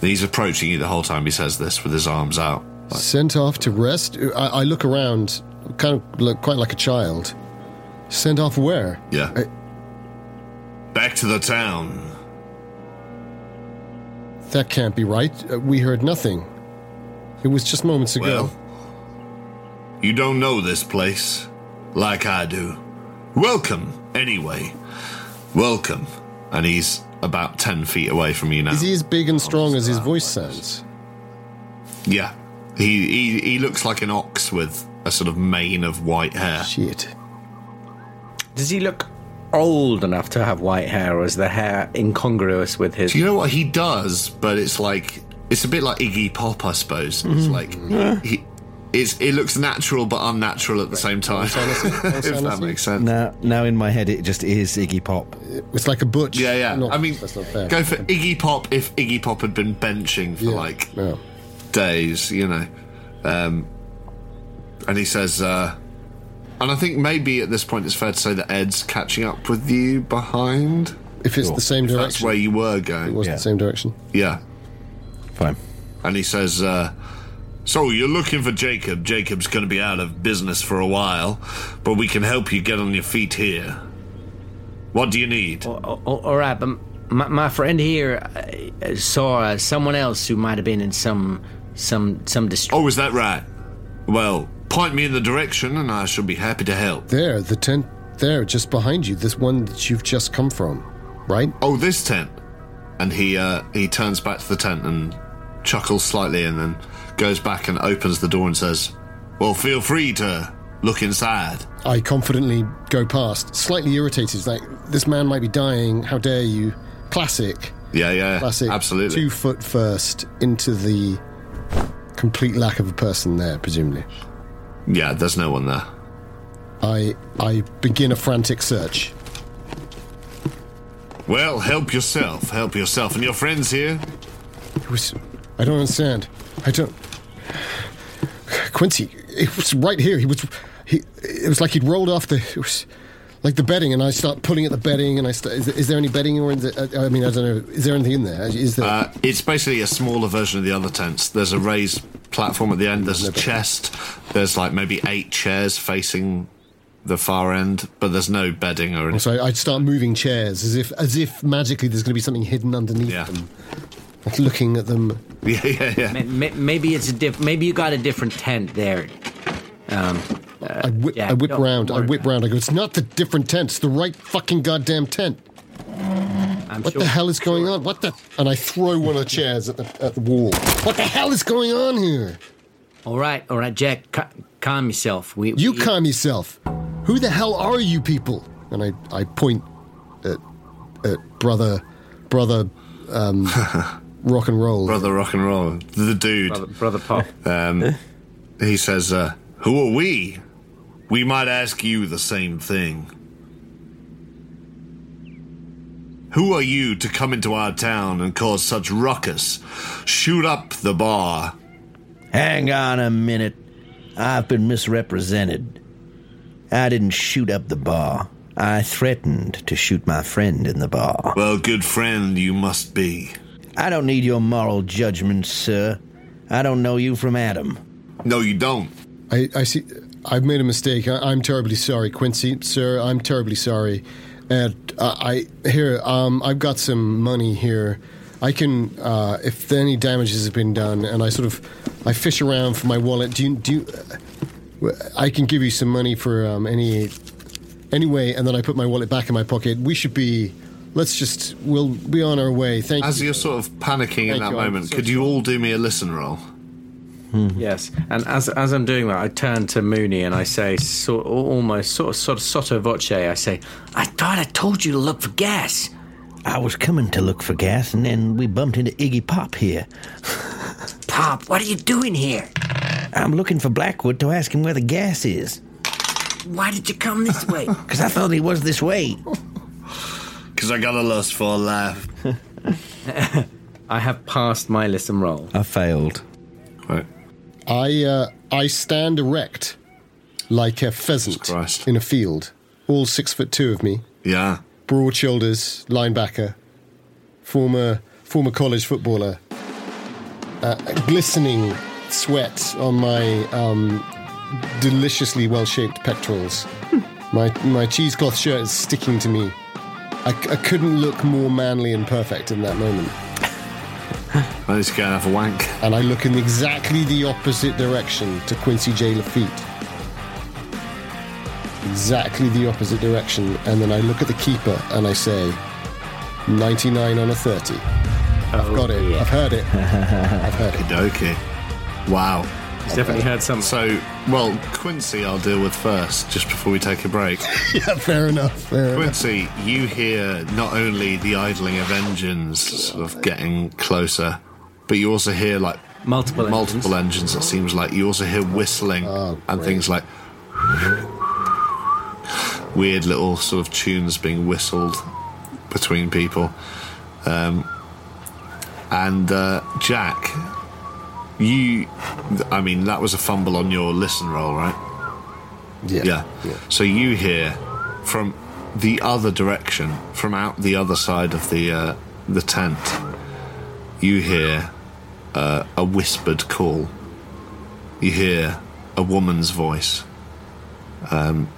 Speaker 4: He's approaching you the whole time. He says this with his arms out.
Speaker 6: Sent off to rest. I, I look around, kind of look quite like a child. Sent off where?
Speaker 14: Yeah. Back to the town.
Speaker 6: That can't be right. Uh, We heard nothing. It was just moments ago.
Speaker 14: You don't know this place like I do. Welcome, anyway.
Speaker 4: Welcome, and he's about ten feet away from you now.
Speaker 6: Is he as big and strong as his voice sounds?
Speaker 4: Yeah, he, he he looks like an ox with a sort of mane of white hair.
Speaker 6: Shit.
Speaker 15: Does he look old enough to have white hair, or is the hair incongruous with his?
Speaker 4: Do you know what he does? But it's like it's a bit like Iggy Pop, I suppose.
Speaker 6: Mm-hmm.
Speaker 4: It's like
Speaker 15: Yeah.
Speaker 4: he, it's it looks natural but unnatural at the same time. *laughs* if that makes sense.
Speaker 8: Now, now in my head, it just is Iggy Pop.
Speaker 6: It's like a butch.
Speaker 4: Yeah, yeah.
Speaker 8: Not-
Speaker 4: I mean,
Speaker 8: that's not fair.
Speaker 4: go for Iggy Pop if Iggy Pop had been benching for like days, you know. Um, and he says, uh, and I think maybe at this point it's fair to say that Ed's catching up with you behind.
Speaker 6: If it's the same
Speaker 4: if that's
Speaker 6: direction.
Speaker 4: where you were going.
Speaker 6: It was the same direction.
Speaker 4: Yeah.
Speaker 8: Fine.
Speaker 14: And he says, uh, So you're looking for Jacob. Jacob's going to be out of business for a while, but we can help you get on your feet here. What do you need?
Speaker 12: All right, but my, my friend here uh, saw uh, someone else who might have been in some some some distress.
Speaker 14: Oh, is that right? Well, point me in the direction and I shall be happy to help.
Speaker 6: There, the tent there, just behind you, this one that you've just come from, right?
Speaker 4: Oh, this tent. And he uh, he turns back to the tent and chuckles slightly, and then goes back and opens the door and says,
Speaker 14: Well, feel free to look inside.
Speaker 6: I confidently go past, slightly irritated, like, this man might be dying, how dare you? Classic.
Speaker 4: Yeah, yeah.
Speaker 6: Classic.
Speaker 4: Absolutely.
Speaker 6: Two foot first into the complete lack of a person there, presumably.
Speaker 4: Yeah, there's no one there.
Speaker 6: I I begin a frantic search.
Speaker 14: Well, help yourself. Help yourself. And your friends here?
Speaker 6: It was. I don't understand. I don't. Quincy, it was right here. He was. He. It was like he'd rolled off the. It was like the bedding, and I start pulling at the bedding, and I start. Is, is there any bedding or? In the, uh, I I mean, I don't know. Is there anything in there? Is there?
Speaker 4: Uh, it's basically a smaller version of the other tents. There's a raised platform at the end. There's a chest. There's like maybe eight chairs facing the far end, but there's no bedding or anything.
Speaker 6: so I, I'd start moving chairs as if as if magically there's going to be something hidden underneath them. Like looking at them.
Speaker 4: *laughs* Yeah, yeah, yeah.
Speaker 12: Maybe it's a diff. Maybe you got a different tent there. Um,
Speaker 6: I whip. I whip round. I whip round. I go. It's not the different tent. It's the right fucking goddamn tent.
Speaker 12: I'm
Speaker 6: what
Speaker 12: sure-
Speaker 6: the hell is going on? What the? And I throw one of the chairs at the at the wall. What the hell is going on here?
Speaker 12: All right, all right, Jack, ca- calm yourself. We
Speaker 6: You
Speaker 12: we-
Speaker 6: calm yourself. Who the hell are you people? And I, I point at, at brother, brother, um, rock and roll.
Speaker 4: Brother Rock and Roll, the dude. Brother,
Speaker 12: brother Pop.
Speaker 4: Um, he says, uh, Who are we?
Speaker 14: We. We might ask you the same thing.
Speaker 4: Who are you to come into our town and cause such ruckus? Shoot up the bar.
Speaker 8: Hang on a minute. I've been misrepresented. I didn't shoot up the bar. I threatened to shoot my friend in the bar.
Speaker 4: Well, good friend you must be.
Speaker 8: I don't need your moral judgment, sir. I don't know you from Adam.
Speaker 4: No, you don't.
Speaker 6: I, I see. I've made a mistake. I, I'm terribly sorry, Quincy, sir. I'm terribly sorry. Uh, I here. Um, I've got some money here. I can, uh, if any damages have been done, and I sort of, I fish around for my wallet. Do you do? You, uh, I can give you some money for um, any, anyway, and then I put my wallet back in my pocket. We should be. Let's just. We'll be on our way. Thank
Speaker 4: As
Speaker 6: you.
Speaker 4: you're sort of panicking in
Speaker 6: Thank
Speaker 4: that
Speaker 6: you, I'm
Speaker 4: moment,
Speaker 6: so
Speaker 4: could you all do me a listen roll?
Speaker 12: Yes, and as as I'm doing that, I turn to Mooney and I say, so, almost sort of, sort of sotto voce, I say, "I thought I told you to look for gas."
Speaker 8: I was coming to look for gas, and then we bumped into Iggy Pop here.
Speaker 9: Pop, what are you doing here?
Speaker 8: I'm looking for Blackwood to ask him where the gas is,
Speaker 9: Why did you come this
Speaker 6: *laughs*
Speaker 9: way?
Speaker 8: because I thought he was this way.
Speaker 4: Because I got a lust for life.
Speaker 12: I have passed my listen roll.
Speaker 8: I failed.
Speaker 4: Right.
Speaker 6: I uh, I stand erect, like a pheasant in a field. All six foot two of me,
Speaker 4: Yeah.
Speaker 6: broad shoulders, linebacker, former former college footballer. Uh, glistening sweat on my um, deliciously well shaped pectorals. my my cheesecloth shirt is sticking to me. I, c- I couldn't look more manly and perfect in that moment.
Speaker 4: I need to go and have a wank.
Speaker 6: And I look in exactly the opposite direction to Quincy J. Lafitte. Exactly the opposite direction. And then I look at the keeper and I say, 99 on a 30. I've got it. I've heard it. I've heard it.
Speaker 4: Okay. Wow.
Speaker 12: He's definitely heard some.
Speaker 4: So, well, Quincy, I'll deal with first, just before we take a break.
Speaker 6: yeah, fair enough. Fair enough.
Speaker 4: Quincy, you hear not only the idling of engines sort of getting closer, but you also hear like
Speaker 12: Multiple
Speaker 4: multiple engines. Oh, It seems like you also hear whistling and things like weird little sort of tunes being whistled between people. Um, and uh, Jack, you, I mean, that was a fumble on your listen roll, right? Yeah. So you hear from the other direction, from out the other side of the uh, the tent, you hear uh, a whispered call. You hear a woman's voice. Um,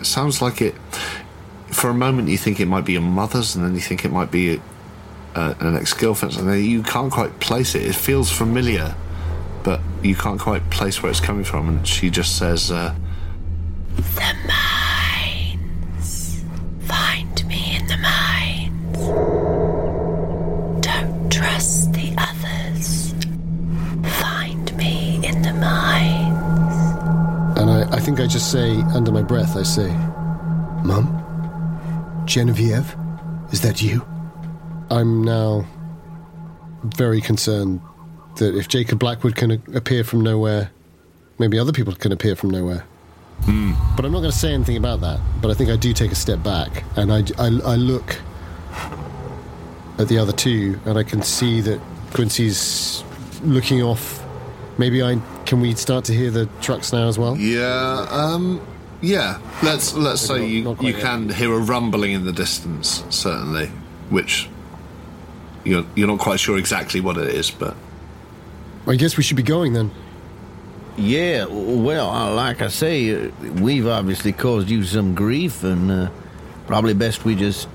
Speaker 4: it sounds like it. For a moment, you think it might be your mother's, and then you think it might be uh, an ex-girlfriend's, and then you can't quite place it. It feels familiar, but you can't quite place where it's coming from. And she just says. Uh,
Speaker 16: The mines. Find me in the mines. Don't trust the others. Find me in the mines.
Speaker 6: And I, I think I just say, under my breath, I say, Mum? Genevieve? Is that you? I'm now very concerned that if Jacob Blackwood can a- appear from nowhere, maybe other people can appear from nowhere. But I'm not going to say anything about that. But I think I do take a step back and I, I, I look at the other two and I can see that Quincy's looking off. Maybe I can we start to hear the trucks now as well?
Speaker 4: Yeah, um, yeah. Let's let's say you you can hear a rumbling in the distance, certainly, which you're you're not quite sure exactly what it is, but
Speaker 6: I guess we should be going then.
Speaker 8: Yeah, well, uh, like I say, uh, we've obviously caused you some grief, and uh, probably best we just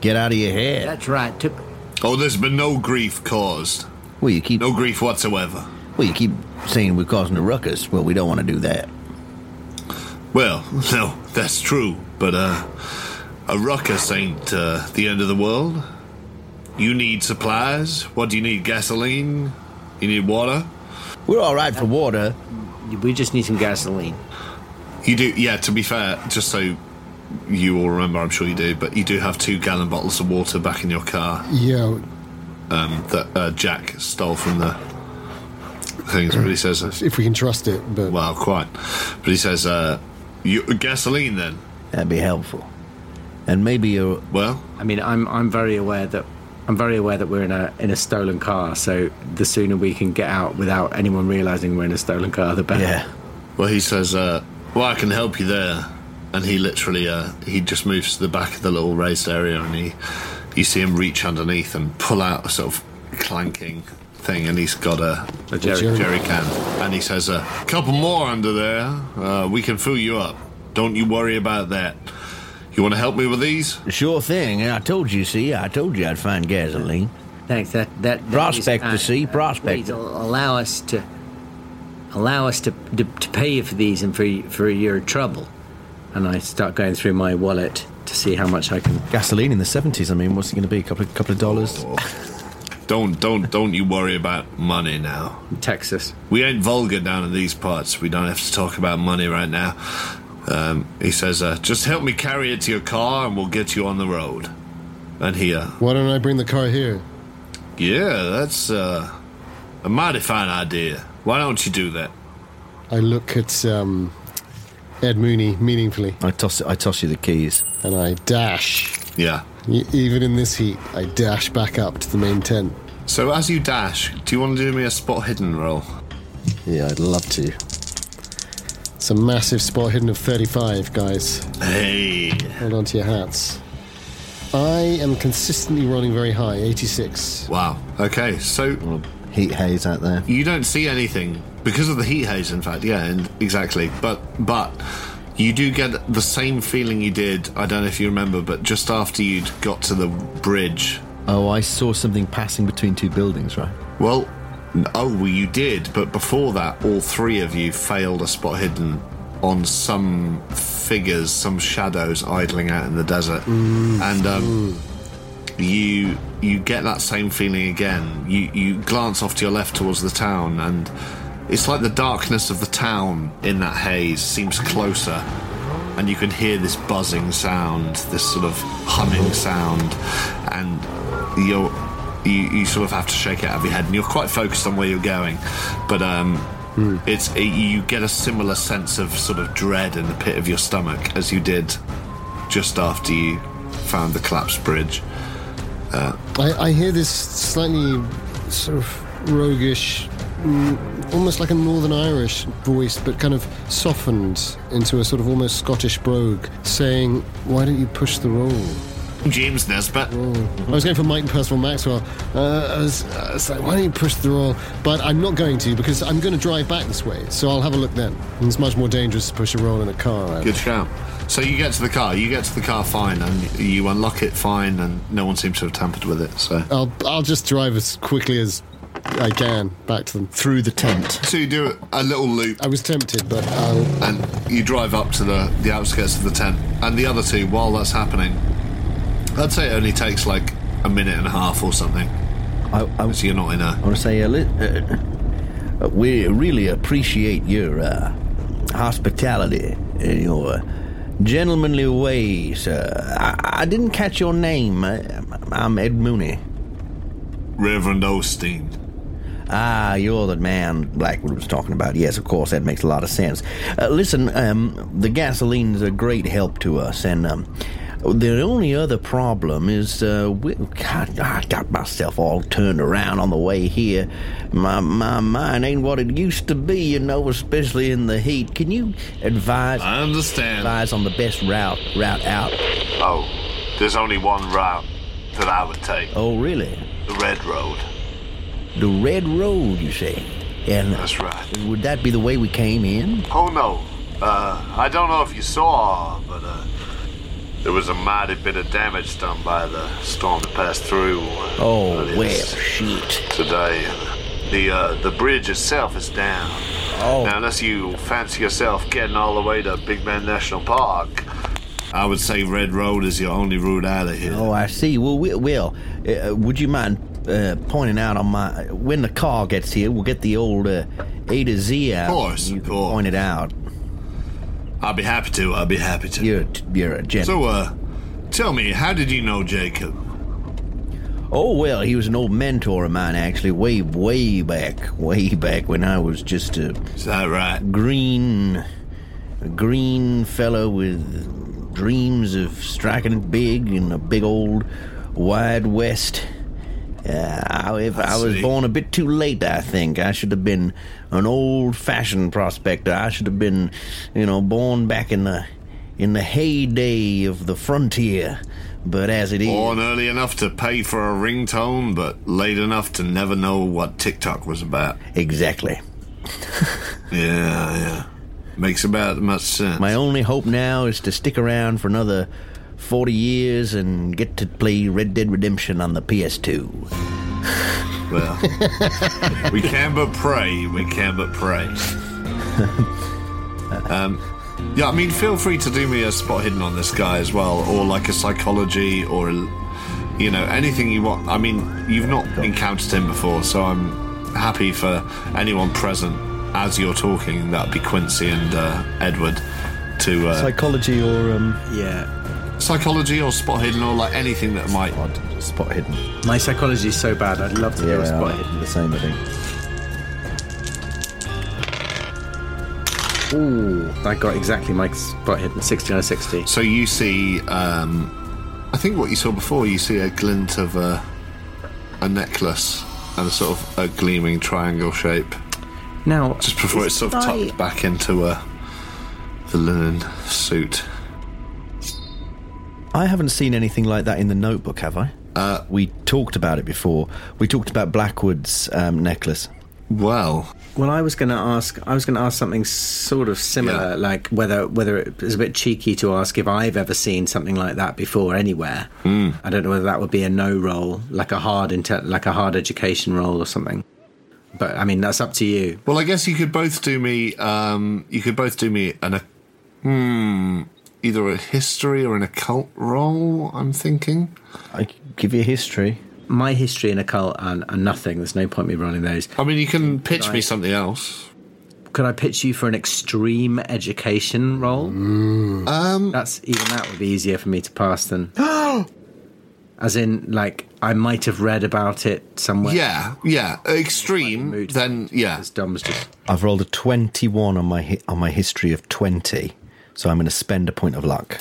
Speaker 8: get out of your head.
Speaker 9: That's right. Tip-
Speaker 4: oh, there's been no grief caused,
Speaker 8: Well, you keep
Speaker 4: no grief whatsoever.
Speaker 8: well, you keep saying we're causing a ruckus. Well, we don't want to do that.
Speaker 4: Well, *laughs* no, that's true, but uh, a ruckus ain't uh, the end of the world. You need supplies. What do you need? Gasoline. You need water.
Speaker 8: We're all right for water.
Speaker 9: we just need some gasoline.
Speaker 4: You do, yeah. To be fair, just so you all remember, I'm sure you do, but you do have two gallon bottles of water back in your car
Speaker 6: Yeah,
Speaker 4: um, that uh, Jack stole from the things. But he says,
Speaker 6: if we can trust it, but
Speaker 4: "Well, quite." But he says, uh, you, "Gasoline, then."
Speaker 8: That'd be helpful. and maybe uh,
Speaker 17: Uh-huh.
Speaker 8: you're
Speaker 4: well.
Speaker 12: I mean, I'm I'm very aware that I'm very aware that we're in a in a stolen car. So the sooner we can get out without anyone realizing we're in a stolen car, the better.
Speaker 4: Yeah. Well, he says, uh, "Well, I can help you there," and he literally uh, he just moves to the back of the little raised area, and he you see him reach underneath and pull out a sort of clanking thing, and he's got a,
Speaker 12: A jerry-
Speaker 4: jerry can, and he says, "A couple more under there. Uh, we can fill you up. Don't you worry about that." You want to help me with these?
Speaker 8: Sure thing. I told you, see, I told you I'd find gasoline.
Speaker 9: Thanks. That that, that
Speaker 8: prospector,
Speaker 9: is, uh,
Speaker 8: see,
Speaker 9: Please
Speaker 8: prospector.
Speaker 9: al- allow us to allow us to, to to pay you for these and for for your trouble. And I start going through my wallet to see how much I can.
Speaker 17: Gasoline in the seventies. I mean, what's it going to be? A couple of couple of dollars.
Speaker 4: Don't don't don't you worry about money now.
Speaker 12: Texas.
Speaker 4: We ain't vulgar down in these parts. We don't have to talk about money right now. Um, he says, uh, "Just help me carry it to your car, and we'll get you on the road." And he, uh,
Speaker 6: Why don't I bring the car here?
Speaker 4: yeah, that's uh, a mighty fine idea. Why don't you do that?
Speaker 6: I look at um, Ed Mooney meaningfully.
Speaker 17: I toss I toss you the keys,
Speaker 6: and I dash.
Speaker 4: Yeah.
Speaker 6: E- even in this heat, I dash back up to the main tent.
Speaker 4: So as you dash, do you want to do me a spot hidden roll?
Speaker 6: Yeah, I'd love to. It's a massive spot hidden of 35, guys.
Speaker 4: Hey.
Speaker 6: Hold on to your hats. I am consistently running very high, 86.
Speaker 4: Wow. Okay, so
Speaker 17: heat haze out there.
Speaker 4: You don't see anything because of the heat haze. In fact, yeah, and exactly. But but you do get the same feeling you did. I don't know if you remember, but just after you'd got to the bridge.
Speaker 17: Oh, I saw something passing between two buildings, right?
Speaker 4: Well, n- oh, well, you did. But before that, all three of you failed a spot hidden on some figures, some shadows idling out in the desert, and um, you you get that same feeling again. You you glance off to your left towards the town, and it's like the darkness of the town in that haze seems closer, and you can hear this buzzing sound, this sort of humming sound, and you're. You, you sort of have to shake it out of your head, and you're quite focused on where you're going, but um, it's it, you get a similar sense of sort of dread in the pit of your stomach as you did just after you found the collapsed bridge. Uh,
Speaker 6: I, I hear this slightly sort of roguish, mm, almost like a Northern Irish voice, but kind of softened into a sort of almost Scottish brogue, saying, Why don't you push the roll?
Speaker 4: James Nesbitt.
Speaker 6: I was going for Mike and Percival Maxwell. Uh, I, was, I was like, why don't you push the roll? But I'm not going to because I'm going to drive back this way. So I'll have a look then. And it's much more dangerous to push a roll in a car. I-
Speaker 4: Good shout. So you get to the car. You get to the car fine, and you unlock it fine, and no one seems to have tampered with it. So
Speaker 6: I'll I'll just drive as quickly as I can back to them
Speaker 17: through the tent.
Speaker 4: So you do a little loop.
Speaker 6: I was tempted, but I'll.
Speaker 4: And you drive up to the the outskirts of the tent, and the other two. While that's happening, I'd say it only takes like a minute and a half or something.
Speaker 8: I, I,
Speaker 4: so you're not in a. I
Speaker 8: want to say, uh, li- uh, uh, we really appreciate your uh, hospitality and your gentlemanly ways. Uh, I, I didn't catch your name. Uh, I'm Ed Mooney.
Speaker 4: Reverend Osteen.
Speaker 8: Ah, you're the man Blackwood was talking about. Yes, of course, that makes a lot of sense. Uh, listen, um, the gasoline's a great help to us, and um, the only other problem is, uh, we, God, I got myself all turned around on the way here. My my mind ain't what it used to be, you know, especially in the heat. Can you advise?
Speaker 4: I understand.
Speaker 8: Advise on the best route route out.
Speaker 4: Oh, there's only one route that I would take.
Speaker 8: Oh, really?
Speaker 4: The red road.
Speaker 8: The red road, you say? And
Speaker 4: that's right.
Speaker 8: Would that be the way we came in?
Speaker 4: Oh no. Uh, I don't know if you saw, but uh, there was a mighty bit of damage done by the storm that passed through. uh,
Speaker 8: Oh,
Speaker 4: earlier
Speaker 8: well,
Speaker 4: this-
Speaker 8: shit.
Speaker 4: Today, the uh, the bridge itself is down.
Speaker 8: Oh.
Speaker 4: Now, unless you fancy yourself getting all the way to Big Man National Park, I would say Red Road is your only route out of here.
Speaker 8: Oh, I see. Well, we, well, uh, would you mind uh, pointing out on my when the car gets here? We'll get the old uh, A to Z out.
Speaker 4: Of course,
Speaker 8: you can point it out.
Speaker 4: I'll be happy to. I'll be happy to.
Speaker 8: You're you're a gent.
Speaker 4: So, uh, tell me, how did you know Jacob?
Speaker 8: Oh well, he was an old mentor of mine actually, way way back, way back when I was just a
Speaker 4: Is that right?
Speaker 8: green, a green fellow with dreams of striking it big in the big old wide west. Uh, however, I, was born a bit too late, I think. I should have been an old-fashioned prospector. I should have been, you know, born back in the in the heyday of the frontier. But as it is,
Speaker 4: Born early enough to pay for a ringtone, but late enough to never know what TikTok was about.
Speaker 8: Exactly.
Speaker 4: yeah, yeah. Makes about much sense.
Speaker 8: My only hope now is to stick around for another 40 years and get to play Red Dead Redemption on the PS2.
Speaker 4: Well, we can but pray. We can but pray. Um, yeah, I mean, feel free to do me a spot hidden on this guy as well, or like a psychology, or you know, anything you want. I mean, you've not encountered him before, so I'm happy for anyone present as you're talking. That'd be Quincy and uh, Edward to uh,
Speaker 17: Psychology or um,
Speaker 12: yeah,
Speaker 4: psychology or spot hidden or like anything that might
Speaker 8: spot hidden.
Speaker 12: My psychology is so bad. I'd love to do
Speaker 17: yeah,
Speaker 12: a spot
Speaker 17: I'm
Speaker 12: hidden.
Speaker 17: the same. I think.
Speaker 12: Ooh, I got exactly my spot hidden. Sixty out of sixty.
Speaker 4: So you see, um, I think what you saw before, you see a glint of a, a necklace and a sort of a gleaming triangle shape.
Speaker 12: Now,
Speaker 4: just before it's sort of
Speaker 12: I-
Speaker 4: tucked back into a, the linen suit.
Speaker 17: I haven't seen anything like that in the notebook, have I?
Speaker 4: Uh,
Speaker 17: we talked about it before. We talked about Blackwood's um, necklace.
Speaker 4: Well,
Speaker 12: Well, I was going to ask. I was going to ask something sort of similar, like whether whether it was a bit cheeky to ask if I've ever seen something like that before anywhere.
Speaker 4: Hmm.
Speaker 12: I don't know whether that would be a no role, like a hard inte- like a hard education role or something. But I mean, that's up to you.
Speaker 4: Well, I guess you could both do me. Um, you could both do me an, a, hmm, either a history or an occult role. I'm thinking.
Speaker 17: I give you history.
Speaker 12: My history and occult and, and nothing. There's no point me running those.
Speaker 4: I mean, you can pitch
Speaker 12: Could
Speaker 4: me
Speaker 12: I-
Speaker 4: something else.
Speaker 12: Could I pitch you for an extreme education role?
Speaker 4: Um,
Speaker 12: That's even that would be easier for me to pass
Speaker 4: *gasps*
Speaker 12: than. As in, like I might have read about it somewhere.
Speaker 4: Yeah, yeah. Extreme. Then yeah. As
Speaker 12: Dom's just.
Speaker 17: I've rolled a twenty-one on my hi- on my history of twenty, so I'm going to spend a point of luck.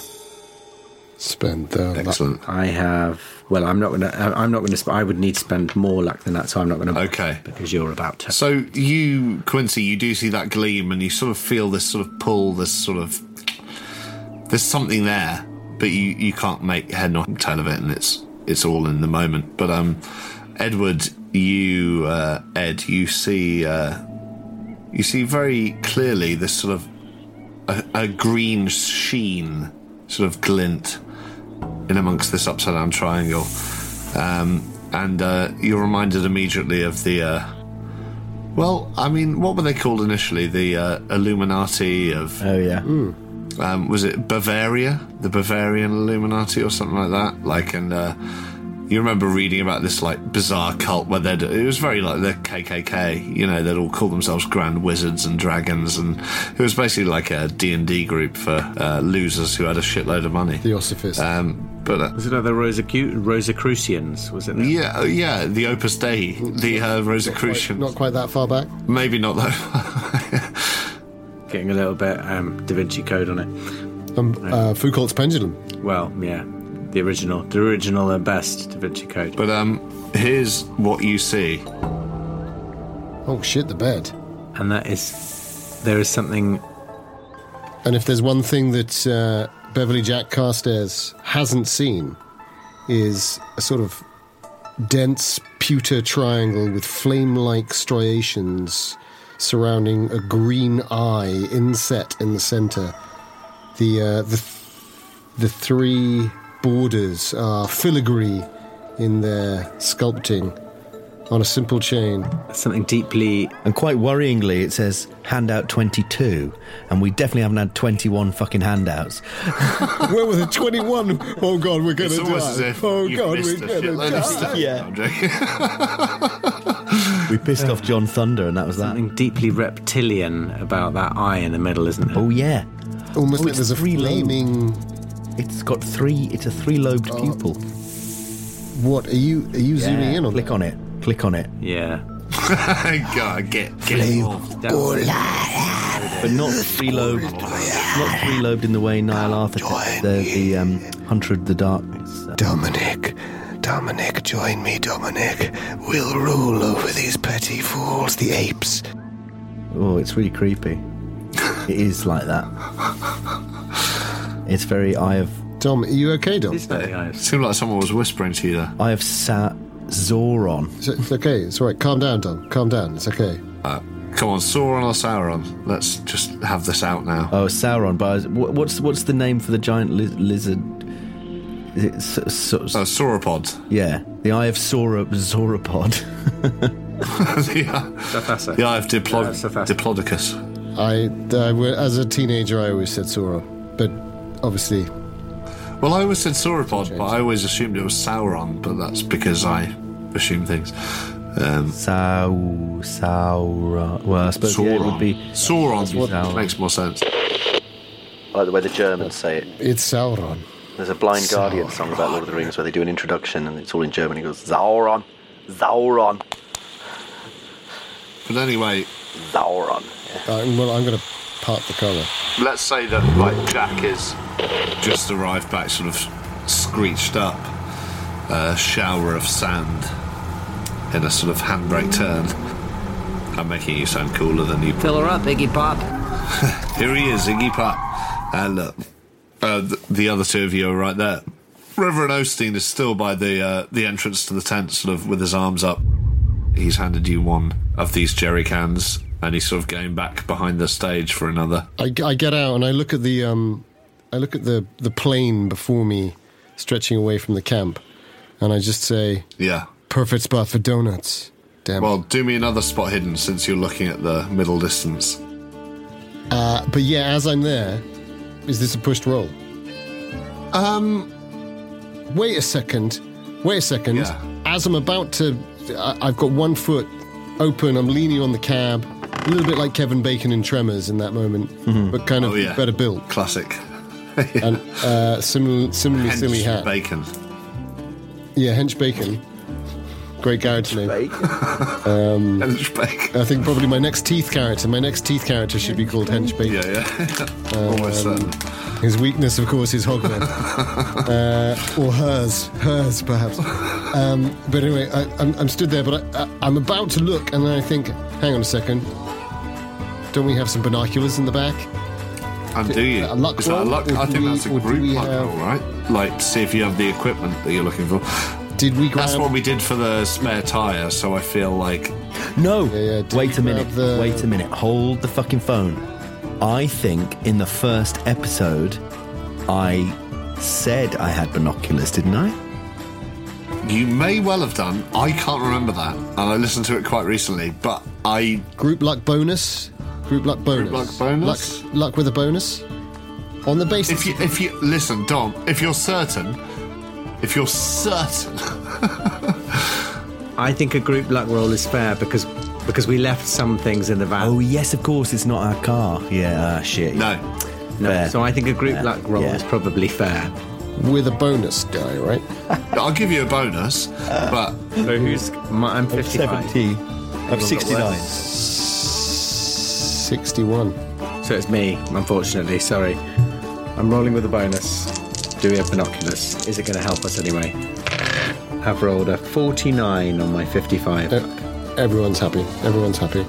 Speaker 6: Spend the
Speaker 4: Excellent.
Speaker 12: I have. Well, I'm not going to. I'm not going to. Sp- I would need to spend more luck than that, so I'm not going to.
Speaker 4: Okay.
Speaker 12: Because you're about to.
Speaker 4: So you, Quincy, you do see that gleam, and you sort of feel this sort of pull, this sort of there's something there, but you you can't make head nor tail of it, and it's it's all in the moment. But um, Edward, you uh, Ed, you see uh, you see very clearly this sort of a, a green sheen, sort of glint in amongst this upside down triangle. Um, and uh, you're reminded immediately of the uh, well, I mean, what were they called initially? The uh, Illuminati of.
Speaker 6: Uh.
Speaker 17: Oh yeah.
Speaker 4: Um, was it Bavaria? The Bavarian Illuminati or something like that? Like, and uh, you remember reading about this like bizarre cult where they'd. It was very like the KKK. You know, they'd all call themselves Grand Wizards and Dragons, and it was basically like a D and D group for uh, losers who had a shitload of money.
Speaker 6: Theosophists.
Speaker 4: Um, but uh,
Speaker 12: Was it other Rosacu- Rosicrucians? Was it? that?
Speaker 4: yeah, oh, yeah, the Opus Dei, the uh, Rosicrucian.
Speaker 6: Not quite that far back.
Speaker 4: Maybe not though. *laughs*
Speaker 12: Getting a little bit um, Da Vinci Code on it.
Speaker 6: Um, uh, Foucault's pendulum.
Speaker 12: Well, yeah, the original, the original and best Da Vinci Code.
Speaker 4: But um, here's what you see.
Speaker 6: Oh shit, the bed.
Speaker 12: And that is, there is something.
Speaker 6: And if there's one thing that uh, Beverly Jack Carstairs hasn't seen, is a sort of dense pewter triangle with flame like striations surrounding a green eye inset in the center. The, uh, the, the three borders are filigree in their sculpting on a simple chain.
Speaker 12: Something deeply.
Speaker 17: And quite worryingly, it says handout 22, and we definitely haven't had 21 fucking handouts.
Speaker 6: Where were the 21? Oh god, we're gonna
Speaker 4: It's almost as
Speaker 6: die.
Speaker 4: if
Speaker 6: Oh
Speaker 4: you've
Speaker 6: god,
Speaker 4: missed
Speaker 6: we're
Speaker 4: a
Speaker 6: gonna
Speaker 4: shitload of
Speaker 6: die.
Speaker 4: stuff.
Speaker 17: Yeah.
Speaker 4: I'm joking. *laughs*
Speaker 17: We pissed off John Thunder, and that was that.
Speaker 12: Something deeply reptilian about that eye in the middle, isn't it?
Speaker 17: Oh, yeah.
Speaker 6: Almost
Speaker 17: Oh,
Speaker 6: like
Speaker 17: it's
Speaker 6: there's a
Speaker 17: three lobes.
Speaker 6: flaming.
Speaker 17: It's got three, it's a three lobed
Speaker 6: Oh,
Speaker 17: pupil.
Speaker 6: What are you? Are you zooming
Speaker 17: Yeah,
Speaker 6: in on?
Speaker 17: Click on it. Click on it.
Speaker 12: Yeah.
Speaker 4: God, get, get involved.
Speaker 12: That was-
Speaker 17: But not three lobed.
Speaker 8: not three lobed in the way Niall Arthur, did, the, the um, Hunter of the Darkness.
Speaker 18: Dominic, Dominic, join me, Dominic. We'll rule over these petty fools, the apes.
Speaker 8: Oh, it's really creepy. it is like that. It's very Eye of.
Speaker 6: Dom, are you okay, Dom?
Speaker 4: It
Speaker 8: seemed like someone was whispering to you there. Eye of Sa- Zoron.
Speaker 6: It's, it's okay. It's all right. Calm down, Dom. Calm down. It's okay.
Speaker 4: Uh, come on, Sauron or Sauron? Let's just have this out now.
Speaker 8: Oh, Sauron. But I was- wh- what's what's the name for the giant li- lizard? Is it s- s-
Speaker 4: Uh, sauropod. *laughs*
Speaker 8: yeah, the Eye of Sora *laughs* Zoropod.
Speaker 4: the, Eye of Diplo- Diplodocus.
Speaker 6: I, I wa- as a teenager, I always said Sauron, but obviously,
Speaker 4: Well, I always said sauropod, but I always assumed it was Sauron, but that's because I assume things. Um,
Speaker 8: Sau, Sauron. Well, I suppose yeah, it would be
Speaker 4: Sauron.
Speaker 8: What-
Speaker 4: Sauron. Makes more sense.
Speaker 19: I like the way the Germans say it.
Speaker 6: it's Sauron.
Speaker 19: There's a Blind Guardian song about Lord of the Rings where they do an introduction and it's all in German. He goes, Sauron, Sauron,
Speaker 4: But anyway,
Speaker 19: Sauron.
Speaker 6: Uh, well, I'm going to part the colour.
Speaker 4: let's say that like Jack is just arrived back, sort of screeched up, a shower of sand in a sort of handbrake turn. I'm making you sound cooler than you.
Speaker 9: Fill her up, Iggy Pop.
Speaker 4: Here he is, Iggy Pop, and uh, uh, th- the other two of you are right there. Reverend Osteen is still by the uh, the entrance to the tent, sort of with his arms up. He's handed you one of these jerry cans, and he's sort of going back behind the stage for another.
Speaker 6: I, I get out and I look at the um, I look at the the plane before me, stretching away from the camp, and I just say,
Speaker 4: Yeah.
Speaker 6: "Perfect spot for donuts." Damn.
Speaker 4: Well, do me another spot hidden since you're looking at the middle distance.
Speaker 6: Uh, but yeah, as I'm there, is this a pushed roll? Um, wait a second. Wait a second. As I'm about to, I, I've got one foot open. I'm leaning on the cab, a little bit like Kevin Bacon in Tremors in that moment, but kind of
Speaker 4: Oh, yeah.
Speaker 6: better built.
Speaker 4: Classic.
Speaker 6: And
Speaker 4: *laughs*
Speaker 6: uh, similar, similarly
Speaker 4: Hench
Speaker 6: silly hat.
Speaker 4: Bacon.
Speaker 6: Yeah, Hench Bacon. Great garage name. Um,
Speaker 4: Hench
Speaker 6: *laughs*
Speaker 4: Bacon.
Speaker 6: I think probably my next teeth character. My next teeth character should be called Hench Bacon.
Speaker 4: Yeah, yeah. *laughs* Almost
Speaker 6: Um,
Speaker 4: certain.
Speaker 6: His weakness, of course,
Speaker 4: *laughs*
Speaker 6: is Hogman. uh, or hers. Hers, perhaps. Um, but anyway, I, I'm, I'm stood there, but I, I, I'm about to look, and then I think, hang on a second. Don't we have some binoculars in the back?
Speaker 4: And do you?
Speaker 6: A luck
Speaker 4: Is that a
Speaker 6: roll,
Speaker 4: luck?
Speaker 6: or
Speaker 4: I
Speaker 6: do
Speaker 4: think
Speaker 6: we-
Speaker 4: that's a
Speaker 6: or do
Speaker 4: group
Speaker 6: we
Speaker 4: luck
Speaker 6: have-
Speaker 4: roll, right? Like, see if you have the equipment that you're looking for.
Speaker 6: Did we
Speaker 4: That's what we did for the spare tyre, so I feel like.
Speaker 8: No. Wait a minute. Wait a minute. Hold the fucking phone. I think in the first episode, I said I had binoculars, didn't I?
Speaker 4: You may well have done. I can't remember that. And I listened to it quite recently, but I.
Speaker 6: Group luck bonus. Group luck bonus.
Speaker 4: Group luck bonus?
Speaker 6: Luck, luck with a bonus. On the basis.
Speaker 4: If you, if you. Listen, Dom, if you're certain. If you're certain. *laughs*
Speaker 12: I think a group luck roll is fair because because we left some things in the van.
Speaker 8: Oh yes, of course. It's not our car. Yeah. Uh, shit.
Speaker 4: No.
Speaker 12: No.
Speaker 8: Fair.
Speaker 12: So I think a group
Speaker 8: Yeah.
Speaker 12: luck roll
Speaker 8: Yeah.
Speaker 12: is probably fair.
Speaker 6: With a bonus guy, right?
Speaker 4: I'll give you a bonus,
Speaker 6: Uh,
Speaker 4: but.
Speaker 12: So who's. My, I'm 55.
Speaker 8: 70.
Speaker 12: Everyone got
Speaker 8: 69.
Speaker 12: worse.
Speaker 6: 61.
Speaker 12: So it's me, unfortunately. Sorry. I'm rolling with a bonus. Do we have binoculars? Is it going to help us anyway? I've rolled a 49 on my
Speaker 6: Uh,
Speaker 12: 55.
Speaker 6: E, Everyone's happy. Everyone's happy.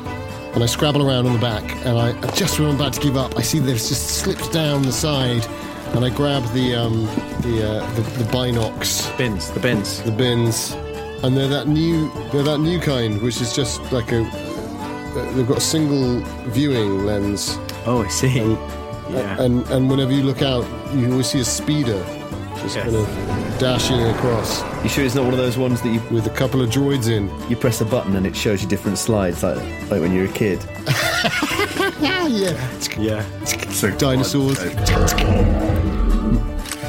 Speaker 6: And I scrabble around on the back, and I just when I'm about to give up, I see that it's just slipped down the side, and I grab the um, the, uh, the the binocs
Speaker 12: bins, the bins,
Speaker 6: the bins, and they're that new they're that new kind, which is just like a uh, they've got a single viewing lens.
Speaker 12: Oh, I see.
Speaker 6: And,
Speaker 12: Yeah.
Speaker 6: and and whenever you look out, you always see a speeder just kind of dashing across.
Speaker 8: You sure it's not one of those ones that you
Speaker 6: with a couple of droids in?
Speaker 8: You press a button and it shows you different slides, like like when you're a kid.
Speaker 6: Ah, yeah.
Speaker 12: Yeah.
Speaker 6: Dinosaurs.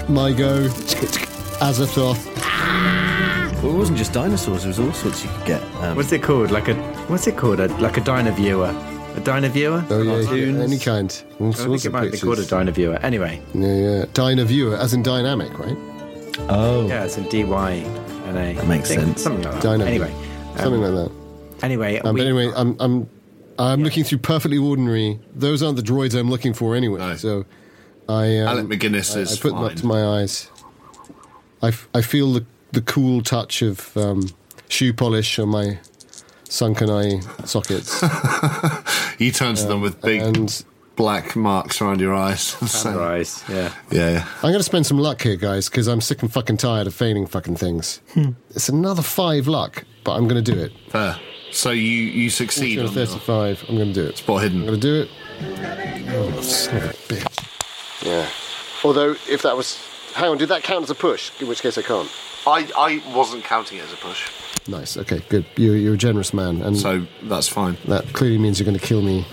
Speaker 6: My go. Azathoth.
Speaker 8: Well, it wasn't just dinosaurs; it was all sorts you could get. Um,
Speaker 12: What's it called? Like a what's it called? A, like a Dynaviewer. A Dynaviewer?
Speaker 6: Oh, yeah,
Speaker 12: Cartoons?
Speaker 6: any kind. All
Speaker 12: I
Speaker 6: sorts
Speaker 12: think it
Speaker 6: of
Speaker 12: might be called a
Speaker 6: pictures.
Speaker 12: Dynaviewer. Anyway.
Speaker 6: Yeah, yeah. Dynaviewer, as in dynamic, right?
Speaker 12: Um,
Speaker 8: Oh.
Speaker 12: Yeah, it's in D Y N A.
Speaker 6: That makes sense.
Speaker 12: Something like that.
Speaker 6: Dynaviewer.
Speaker 12: Anyway.
Speaker 6: Something like that.
Speaker 12: Anyway,
Speaker 6: Um, but anyway, I'm I'm I'm looking through perfectly ordinary. Those aren't the droids I'm looking for anyway. So I um,
Speaker 4: Alec McGuinness
Speaker 6: I,
Speaker 4: is
Speaker 6: I put them up
Speaker 4: fine.
Speaker 6: to my eyes. I, f- I feel the the cool touch of um, shoe polish on my sunken eye
Speaker 12: *laughs*
Speaker 6: sockets.
Speaker 4: He turns to them with big
Speaker 6: uh,
Speaker 4: black marks around your eyes. *laughs* Under
Speaker 12: eyes, yeah.
Speaker 4: Yeah, yeah.
Speaker 6: I'm going to spend some luck here, guys, because I'm sick and fucking tired of failing fucking things. It's another five luck, but I'm going to do it.
Speaker 4: Fair. So you you succeed.
Speaker 6: 40 out
Speaker 4: On
Speaker 6: of
Speaker 4: your-
Speaker 6: 35. I'm going to do it.
Speaker 4: Spot hidden.
Speaker 6: I'm going to do it. Oh, son of a bitch.
Speaker 1: Yeah.
Speaker 6: Although, if that was. Hang on, did that count as a push? In which case I can't.
Speaker 4: I I wasn't counting it as a push.
Speaker 6: Nice. Okay. Good. You're, you're a generous man, and
Speaker 4: so Oh, that's fine.
Speaker 6: That clearly means you're going to kill me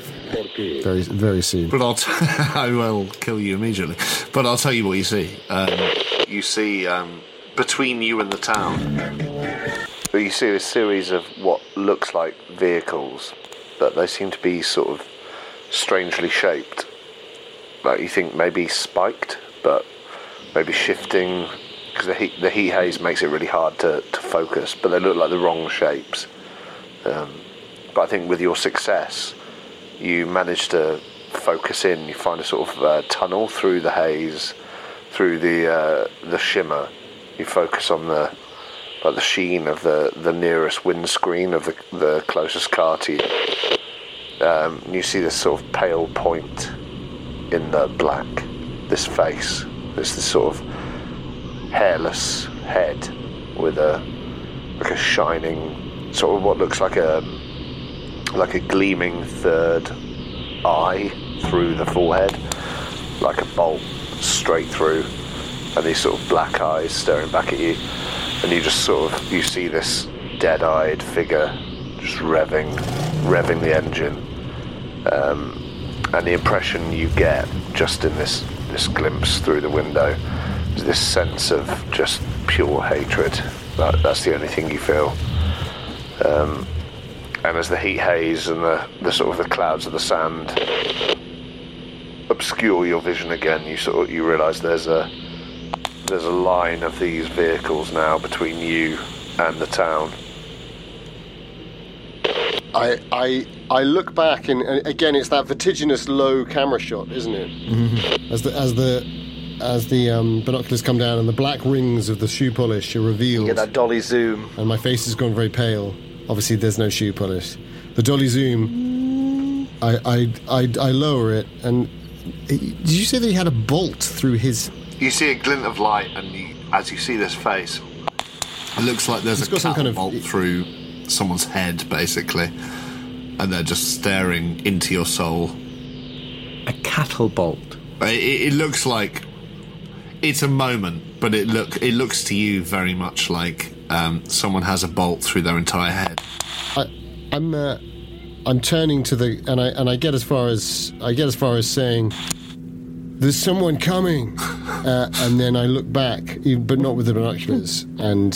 Speaker 6: very very soon.
Speaker 4: But I'll t-
Speaker 1: *laughs*
Speaker 4: I will kill you immediately. But I'll tell you what you see. Um, you see um, between you and the town.
Speaker 1: But you see a series of what looks like vehicles, but they seem to be sort of strangely shaped. Like you think maybe spiked, but maybe shifting because the heat, the heat haze makes it really hard to, to focus. But they look like the wrong shapes. Um, but I think with your success, you manage to focus in. You find a sort of uh, tunnel through the haze, through the uh, the shimmer. You focus on the like the sheen of the, the nearest windscreen of the, the closest car to you. Um, you see this sort of pale point in the black. This face. This this sort of hairless head with a like a shining sort of what looks like a like a gleaming third eye through the forehead, like a bolt straight through, and these sort of black eyes staring back at you, and you just sort of you see this dead-eyed figure just revving, revving the engine, um, and the impression you get just in this this glimpse through the window is this sense of just pure hatred. That, that's the only thing you feel. Um, and as the heat haze and the, the sort of the clouds of the sand obscure your vision again, you sort of you realise there's a there's a line of these vehicles now between you and the town.
Speaker 6: I I I look back, and, and again, it's that vertiginous low camera shot, isn't it? Mm-hmm. As the as the as the um, binoculars come down and the black rings of the shoe polish are revealed.
Speaker 20: Get that dolly zoom.
Speaker 6: and my face has gone very pale. Obviously, there's no shoe polish. The dolly zoom, I, I, I, I lower it, and did you say that he had a bolt through his?
Speaker 4: You see a glint of light, and you, as you see this face, it looks like there's a cat bolt through someone's head, basically, and they're just staring into your soul.
Speaker 12: A cattle bolt.
Speaker 4: It, it, it looks like it's a moment, but it look it looks to you very much like um, someone has a bolt through their entire head.
Speaker 6: I, I'm, uh, I'm turning to the, and I and I get as far as I get as far as saying, "There's someone
Speaker 4: *laughs*
Speaker 6: coming," uh, and then I look back, even- but not with the binoculars, and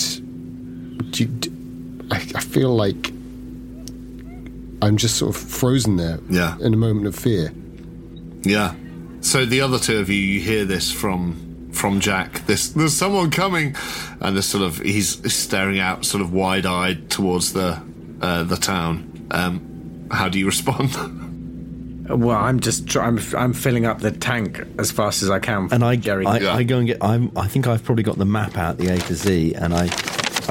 Speaker 6: do you, d I I I feel like I'm just sort of frozen there,
Speaker 4: Yeah.
Speaker 6: in a moment of fear.
Speaker 4: Yeah. So the other two of you, you hear this from from Jack. This there's someone coming, and this sort of he's staring out, sort of wide eyed towards the uh, the town. Um, how do you *laughs* respond?
Speaker 12: Well, I'm just try- I'm I'm filling up the tank as fast as I can.
Speaker 17: And I,
Speaker 12: Gary,
Speaker 17: I, I go and get. I'm, I think I've probably got the map out, the A to Z, and I,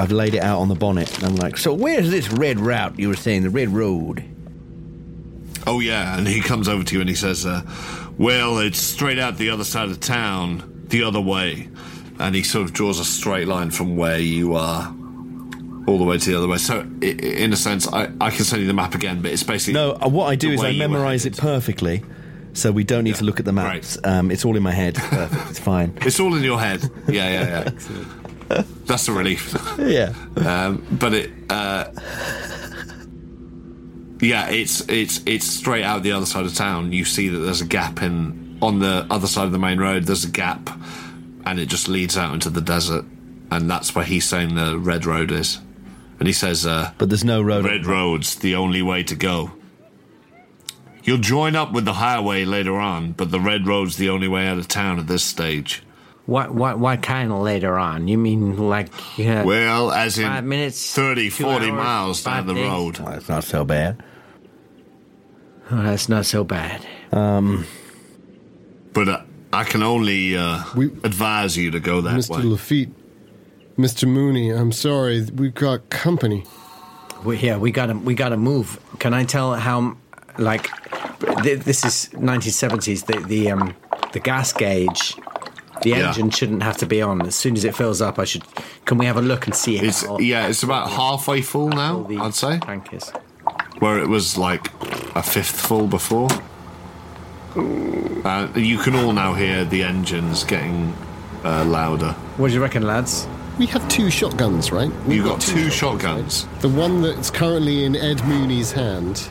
Speaker 17: I've laid it out on the bonnet. And I'm like, so where's this red route you were saying? The red road.
Speaker 4: oh yeah, and he comes over to you and he says, uh, "Well, it's straight out the other side of town, the other way," and he sort of draws a straight line from where you are. All the way to the other way. So, i- i- in a sense, I, I can send you the map again, but it's basically
Speaker 17: No, uh, what I do
Speaker 4: the
Speaker 17: is
Speaker 4: way
Speaker 17: I
Speaker 4: you were
Speaker 17: memorise it perfectly, so we don't need to look at the maps. Um, it's all in my head. Perfect. It's fine.
Speaker 4: It's all in your head. Yeah, yeah, yeah. That's a relief.
Speaker 17: Yeah.
Speaker 4: Um, but it, uh, yeah, it's it's it's straight out the other side of town. You see that there's a gap in on the other side of the main road. There's a gap, and it just leads out into the desert, and that's where he's saying the red road is. And he says, uh,
Speaker 17: "But there's no road.
Speaker 4: Red road's the only way to go." You'll join up with the highway later on, but the red road's the only way out of town at this stage.
Speaker 9: What what what kind of later on? You mean like yeah,
Speaker 4: Well, as in
Speaker 9: Uh, five minutes,
Speaker 4: 30,
Speaker 9: two
Speaker 4: 40
Speaker 9: hours,
Speaker 4: miles down
Speaker 9: five
Speaker 4: the
Speaker 9: days?
Speaker 4: road.
Speaker 17: That's not so bad.
Speaker 9: Oh, that's not so bad.
Speaker 17: Um,
Speaker 4: But uh, I can only uh, advise you to go that
Speaker 6: Mr.
Speaker 4: way.
Speaker 6: Lafitte, Mr. Mooney, I'm sorry, we've got company.
Speaker 12: We, yeah, we gotta we gotta move. Can I tell how like th- this is 1970s? The the um the gas gauge, the
Speaker 4: Yeah.
Speaker 12: engine shouldn't have to be on. As soon as it fills up, I should. Can we have a look and see?
Speaker 4: It's-
Speaker 9: Oh,
Speaker 12: how,
Speaker 4: yeah, it's about halfway full E now. I'd say
Speaker 12: tank is.
Speaker 4: where it was like a fifth full before. Uh, you can all now hear the engines getting uh, louder.
Speaker 12: What do you reckon, lads?
Speaker 6: We have two shotguns, right?
Speaker 4: You got two shotguns.
Speaker 6: The one that's currently in Ed Mooney's hand,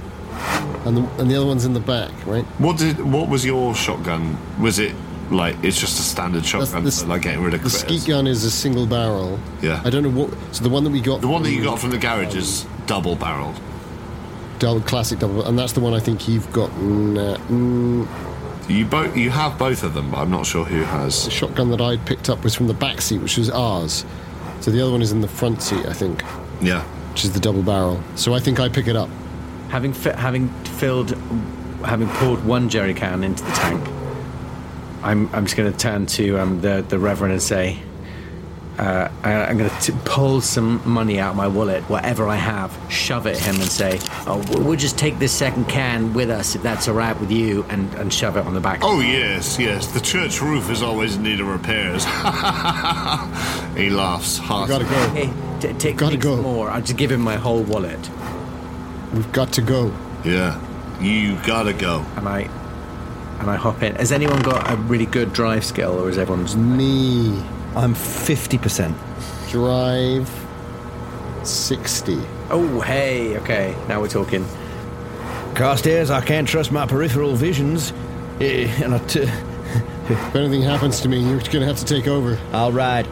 Speaker 6: and the, and the other one's in the back, right?
Speaker 4: What did? What was your shotgun? Was it like it's just a standard shotgun,
Speaker 6: this-
Speaker 4: but, like getting rid of
Speaker 6: The
Speaker 4: critters?
Speaker 6: skeet gun is a single barrel.
Speaker 4: Yeah.
Speaker 6: I don't know what. So the one that we got.
Speaker 4: The one that you got from the garage is double barrel.
Speaker 6: Double, classic double, and that's the one I think you've got. Nah, mm,
Speaker 4: You both you have both of them, but I'm not sure who has.
Speaker 6: the shotgun that I picked up was from the back seat, which was ours. So the other one is in the front seat, I think,
Speaker 4: Yeah.
Speaker 6: which is the double barrel. So I think I pick it up.
Speaker 12: Having fi- having filled, having poured one jerry can into the tank, I'm I'm just going to turn to um, the the reverend and say, uh, I, I'm going to pull some money out of my wallet, whatever I have, shove it at him and say, oh, w- we'll just take this second can with us if that's all right with you, and and shove it on the back.
Speaker 4: Oh yes, yes. The church roof is always in need of repairs. *laughs* he laughs heartily.
Speaker 12: Hey, t- take gotta go. more. I'll just give him my whole wallet.
Speaker 6: We've got to go.
Speaker 4: Yeah, you gotta go.
Speaker 12: And I and I hop in. Has anyone got a really good drive skill, or is everyone just
Speaker 6: me?
Speaker 12: I'm fifty percent.
Speaker 6: Drive 60.
Speaker 12: Oh hey, okay, now we're talking.
Speaker 8: Carstairs, I can't trust my peripheral visions. Eh, and I t-
Speaker 6: if anything happens to me, you're going to have to take over.
Speaker 8: All right.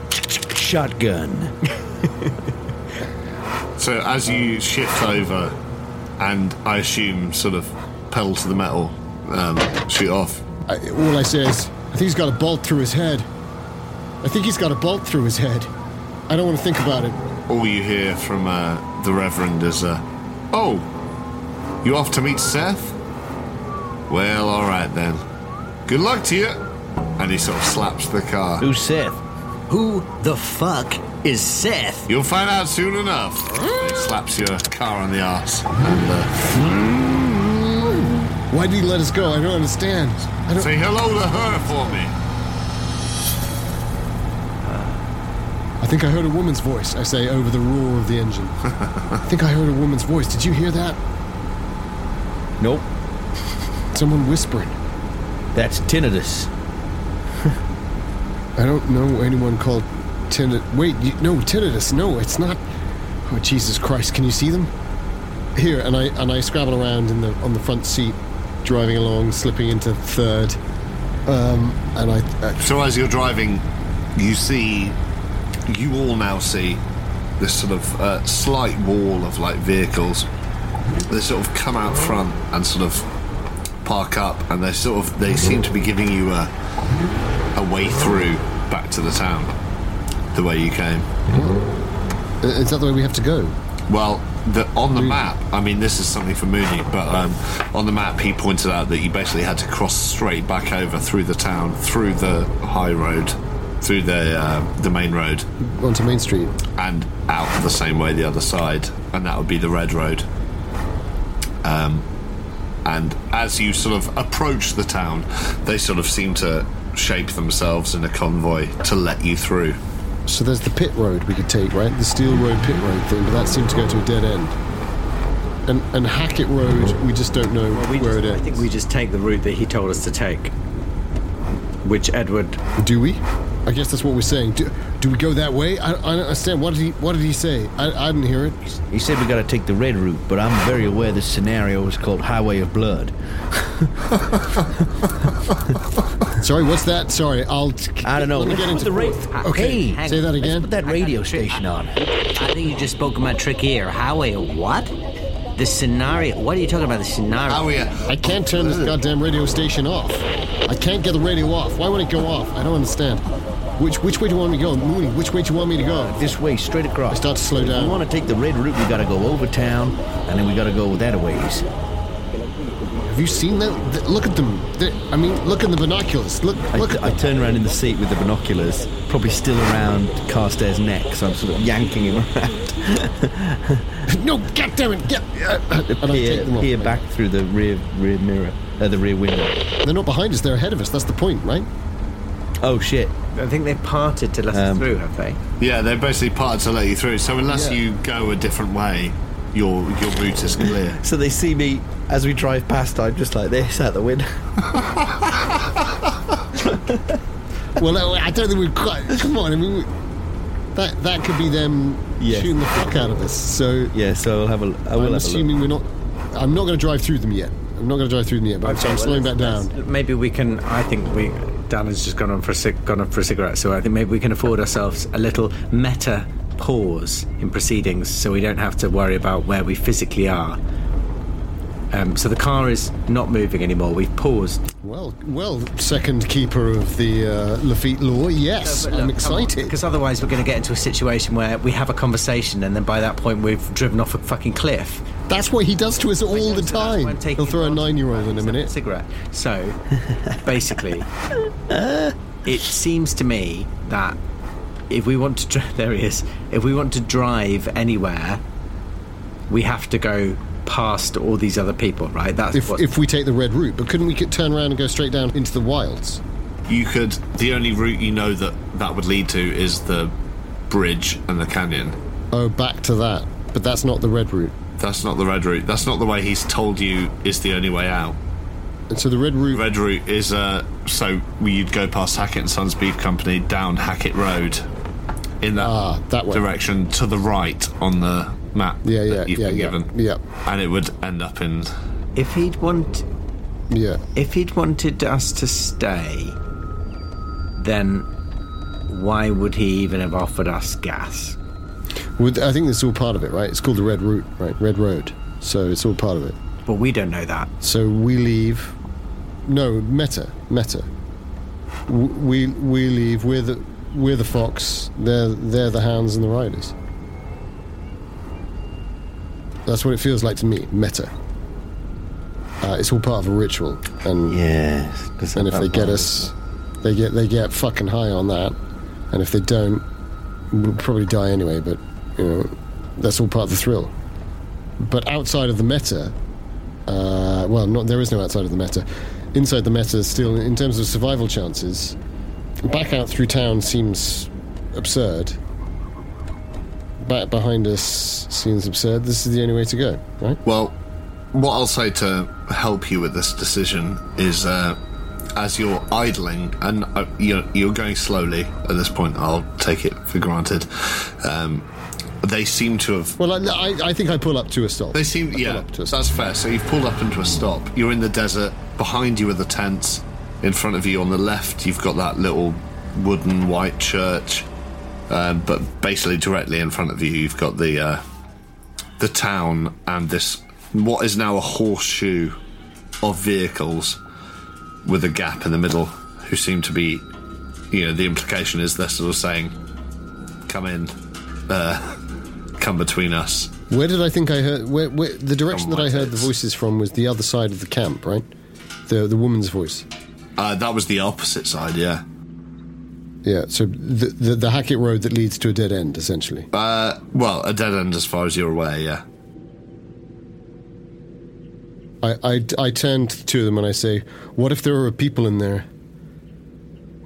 Speaker 8: Shotgun.
Speaker 4: So as you shift over, and I assume sort of pedal to the metal, um, shoot off.
Speaker 6: I, all I say is, I think he's got a bolt through his head. I think he's got a bolt through his head. I don't want to think about it.
Speaker 4: All you hear from uh, the Reverend is, uh, "Oh, you off to meet Seth? Well, all right then. Good luck to you." And he sort of slaps the car. *laughs*
Speaker 8: Who's Seth?
Speaker 4: Who the fuck is Seth? You'll find out soon enough. He slaps your car on the arse. uh, And, uh,
Speaker 6: Why did he let us go? I don't understand. I don't...
Speaker 4: Say hello to her for me.
Speaker 6: I think I heard a woman's voice, I say over the roar of the engine. *laughs* I think I heard a woman's voice. Did you hear that?
Speaker 8: Nope.
Speaker 6: Someone whispering.
Speaker 8: That's tinnitus.
Speaker 6: I don't know anyone called Tinnitus. Wait, you, no, Tinnitus. No, it's not. Oh, Jesus Christ! Can you see them? Here, and I and I scrabble around in the on the front seat, driving along, slipping into third. Um, and I, I
Speaker 4: So as you're driving, you see, you all now see this sort of uh, slight wall of like vehicles. They sort of come out front and sort of park up, and they sort of they seem to be giving you a a way through back to the town, the way you came.
Speaker 6: is that the way we have to go?
Speaker 4: Well, the, on the map, I mean, this is something for Mooney, but um, on the map, he pointed out that you basically had to cross straight back over through the town, through the high road, through the uh, the main road,
Speaker 6: onto Main Street,
Speaker 4: and out the same way the other side, and that would be the red road. Um, and as you sort of approach the town, they sort of seem to shape themselves in a convoy to let you through.
Speaker 6: So there's the pit road we could take, right? The steel road pit road thing, but that seemed to go to a dead end. And and Hackett Road, we just don't know where it ends.
Speaker 12: I think we just take the route that he told us to take. Which Edward?
Speaker 6: Do we? I guess that's what we're saying. Do, do we go that way? I, I don't understand. What did he What did he say? I, I didn't hear it.
Speaker 8: He said we gotta take the red route, but I'm very aware this scenario is called Highway of Blood.
Speaker 6: Sorry, what's that? Sorry, I'll.
Speaker 8: I don't know.
Speaker 6: Let me get into Okay,
Speaker 9: Hey,
Speaker 6: say that
Speaker 9: let's
Speaker 6: again.
Speaker 9: put that I radio got tri- station
Speaker 8: on.
Speaker 9: I think you just spoke in my trick ear. Highway of what? The scenario. What are you talking about? The scenario.
Speaker 6: I can't turn this goddamn radio station off. I can't get the radio off. Why would it go off? I don't understand. Which Which way do you want me to go, Mooney? Which way do you want me to go?
Speaker 8: This way, straight across.
Speaker 6: start to slow down.
Speaker 8: We wanna take the red route, we gotta go over town, and then we gotta go that a ways.
Speaker 6: Have you seen that? Th- Look at them. They- I mean, look in the binoculars. Look,
Speaker 8: I,
Speaker 6: look.
Speaker 8: I turn around in the seat with the binoculars, probably still around Carstairs' neck, so I'm sort of yanking him *laughs* around.
Speaker 6: no, God damn it, get! uh, and I
Speaker 8: peer,
Speaker 6: take them off.
Speaker 8: peer back through the rear rear mirror, uh, the rear window.
Speaker 6: They're not behind us. They're ahead of us. That's the point, right?
Speaker 8: Oh shit!
Speaker 12: I think they parted to let
Speaker 6: Um,
Speaker 12: us through, have they?
Speaker 4: Yeah, they're basically parted to let you through. So unless
Speaker 8: Yeah.
Speaker 4: you go a different way, your your route is clear.
Speaker 8: So they see me as we drive past. I'm just like this out the window. *laughs*
Speaker 6: Well, I I don't think we've quite. *laughs* Come on, I mean, we- that that could be them
Speaker 8: Yes.
Speaker 6: shooting the fuck out of us. So
Speaker 8: yeah, so I'll have a. I
Speaker 6: I'm
Speaker 8: will have
Speaker 6: assuming we're not. I'm not going to drive through them yet. I'm not going to drive through them yet, but
Speaker 12: Okay,
Speaker 6: I'm
Speaker 12: well,
Speaker 6: slowing back
Speaker 12: let's-
Speaker 6: down.
Speaker 12: let's- Maybe we can. I think we. Dan has just gone on for a cig- gone on for a cigarette, so I think maybe we can afford ourselves a little meta pause in proceedings, so we don't have to worry about where we physically are. Um, so the car is not moving anymore. We've paused.
Speaker 6: Well, well, second keeper of the uh, Lafitte law. Yes, I'm excited.
Speaker 12: because otherwise we're going to get into a situation where we have a conversation, and then by that point we've driven off a fucking cliff.
Speaker 6: That's what he does to us all the time. He'll throw a nine-year-old in a minute.
Speaker 12: Cigarette. So,
Speaker 6: *laughs*
Speaker 12: basically, it seems to me that if we want to, dri- *laughs* there he is. If we want to drive anywhere, we have to go past all these other people, right? That's
Speaker 6: If,
Speaker 12: what.
Speaker 6: if we take the red route, but couldn't we get, turn around and go straight down into the wilds?
Speaker 4: You could. The only route you know that that would lead to is the bridge and the canyon.
Speaker 6: Oh, back to that. But that's not the red route.
Speaker 4: That's not the red route. That's not the way he's told you is the only way out.
Speaker 6: And so the red route.
Speaker 4: Red route is uh, so you'd go past Hackett and Sons Beef Company down Hackett Road, in that,
Speaker 6: that way.
Speaker 4: direction to the right on the map.
Speaker 6: Yeah, yeah,
Speaker 4: that you've
Speaker 6: yeah,
Speaker 4: been
Speaker 6: yeah,
Speaker 4: given.
Speaker 6: yeah.
Speaker 4: And it would end up in.
Speaker 12: if he'd want,
Speaker 6: yeah,
Speaker 12: if he'd wanted us to stay, then why would he even have offered us gas?
Speaker 6: Would, I think it's all part of it, right? It's called the red route, right? Red road. So it's all part of it.
Speaker 12: But we don't know that.
Speaker 6: So we leave. No, Meta, Meta. W- We we leave. We're the we're the fox. They're they're the hounds and the riders. That's what it feels like to me. Meta. Uh, it's all part of a ritual, and
Speaker 8: yes,
Speaker 6: and if they
Speaker 8: that
Speaker 6: get
Speaker 8: part
Speaker 6: us, they get they get fucking high on that, and if they don't, we'll probably die anyway. But you know, that's all part of the thrill. But outside of the meta, uh, well, not there is no outside of the meta. Inside the meta, still in terms of survival chances, back out through town seems absurd. Back behind us seems absurd. This is the only way to go, right?
Speaker 4: Well, what I'll say to help you with this decision is, uh, as you're idling and uh, you're, you're going slowly at this point, I'll take it for granted. Um, they seem to have
Speaker 6: Well, I, I, I think I pull up to a stop.
Speaker 4: They seem, yeah, that's fair. So you've pulled up into a stop. You're in the desert. Behind you are the tents. In front of you on the left, you've got that little wooden white church. Um, but basically, directly in front of you, you've got the uh, the town and this what is now a horseshoe of vehicles with a gap in the middle. Who seem to be, you know, the implication is they're sort of saying, "Come in, uh, *laughs* come between us."
Speaker 6: Where did I think I heard? Where, where the direction that I heard the voices from was the other side of the camp, right? The the woman's voice.
Speaker 4: Uh, that was the opposite side, yeah.
Speaker 6: Yeah. So the, the the Hackett Road that leads to a dead end, essentially.
Speaker 4: Uh, well, a dead end as far as you're aware, yeah.
Speaker 6: I, I I turn to the two of them and I say, "What if there are people in there?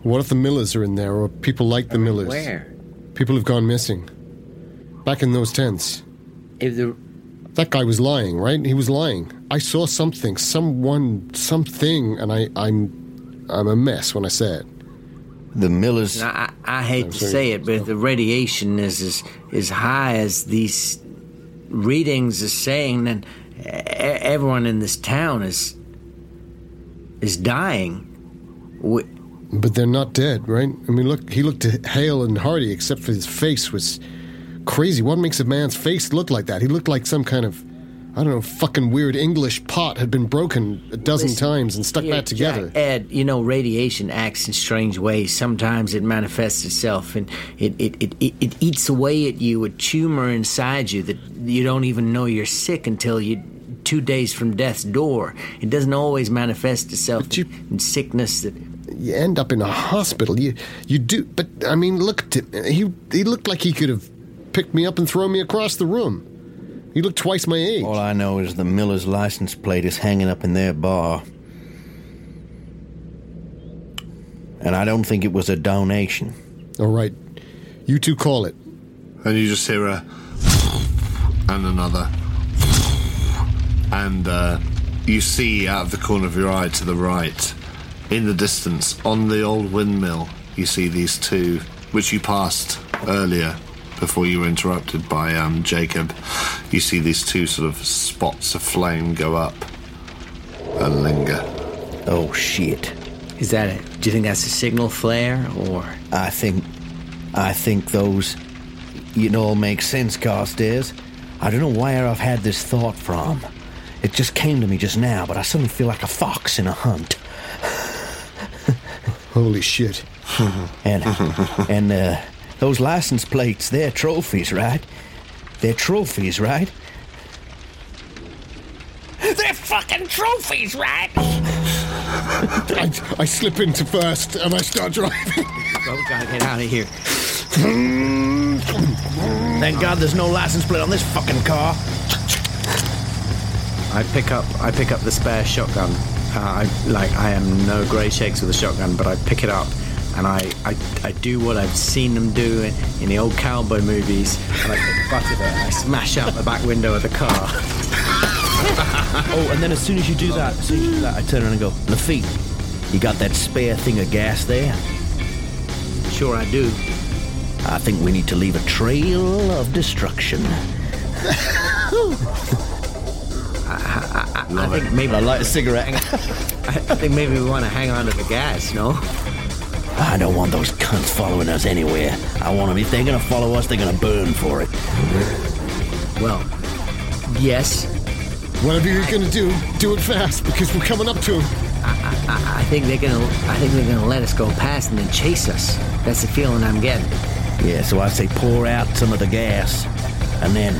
Speaker 6: What if the Millers are in there, or people like the Millers?
Speaker 9: Where?
Speaker 6: People have gone missing. Back in those tents.
Speaker 9: If the
Speaker 6: That guy was lying, right? He was lying. I saw something, someone, something, and I I'm I'm a mess when I say it.
Speaker 21: The Millers.
Speaker 9: I, I I hate
Speaker 6: I'm
Speaker 9: to
Speaker 6: sorry.
Speaker 9: say it, but the radiation is as, as high as these readings are saying, then e- everyone in this town is is dying. We,
Speaker 6: But they're not dead, right? I mean, look, he looked hale and hearty, except for his face was crazy. What makes a man's face look like that? He looked like some kind of, I don't know, fucking weird English pot had been broken a dozen
Speaker 9: Listen,
Speaker 6: times and stuck
Speaker 9: here,
Speaker 6: back together.
Speaker 9: Jack, Ed, you know, radiation acts in strange ways. Sometimes it manifests itself and it, it, it, it, it eats away at you, a tumor inside you that you don't even know you're sick until you two days from death's door. It doesn't always manifest itself in sickness that
Speaker 6: you end up in a hospital. You you do, but I mean, look at him. He he looked like he could have picked me up and thrown me across the room. He looked twice my age.
Speaker 8: All I know is the Miller's license plate is hanging up in their bar. And I don't think it was a donation.
Speaker 6: All right. You two call it.
Speaker 4: And you just hear a and another. And uh, you see out of the corner of your eye to the right, in the distance, on the old windmill, you see these two, which you passed earlier before you were interrupted by um, Jacob. You see these two sort of spots of flame go up and linger.
Speaker 8: Oh, shit.
Speaker 9: Is that it? Do you think that's a signal flare or
Speaker 8: I think I think those you know make sense, Carstairs. I don't know where I've had this thought from. It just came to me just now, but I suddenly feel like a fox in a hunt.
Speaker 6: Holy shit.
Speaker 8: and and uh, those license plates, they're trophies, right? They're trophies, right?
Speaker 16: They're fucking trophies, right?
Speaker 6: I, I slip into first and I start driving.
Speaker 9: oh, we gotta get out of here. *laughs*
Speaker 8: Thank God there's no license plate on this fucking car.
Speaker 12: I pick up I pick up the spare shotgun. Uh, I like I am no grey shakes with a shotgun, but I pick it up and I, I, I do what I've seen them do in, in the old cowboy movies, and I pick the butt of it and I smash out the back window of the car. *laughs*
Speaker 8: oh, and then as soon as you do that, as soon as you do that, I turn around and go, Lafitte, you got that spare thing of gas there?
Speaker 9: Sure, I do.
Speaker 8: I think we need to leave a trail of destruction.
Speaker 9: I, I think maybe
Speaker 8: I light a cigarette.
Speaker 9: I I think maybe we want to hang on to the gas. No,
Speaker 8: *laughs* I don't want those cunts following us anywhere. I want them. If they're gonna follow us, they're gonna burn for it.
Speaker 9: Well, yes.
Speaker 6: Whatever you're gonna do, do it fast because we're coming up to him.
Speaker 9: I, I think they're gonna. I think they're gonna let us go past and then chase us. That's the feeling I'm getting.
Speaker 8: Yeah, so I say pour out some of the gas, and then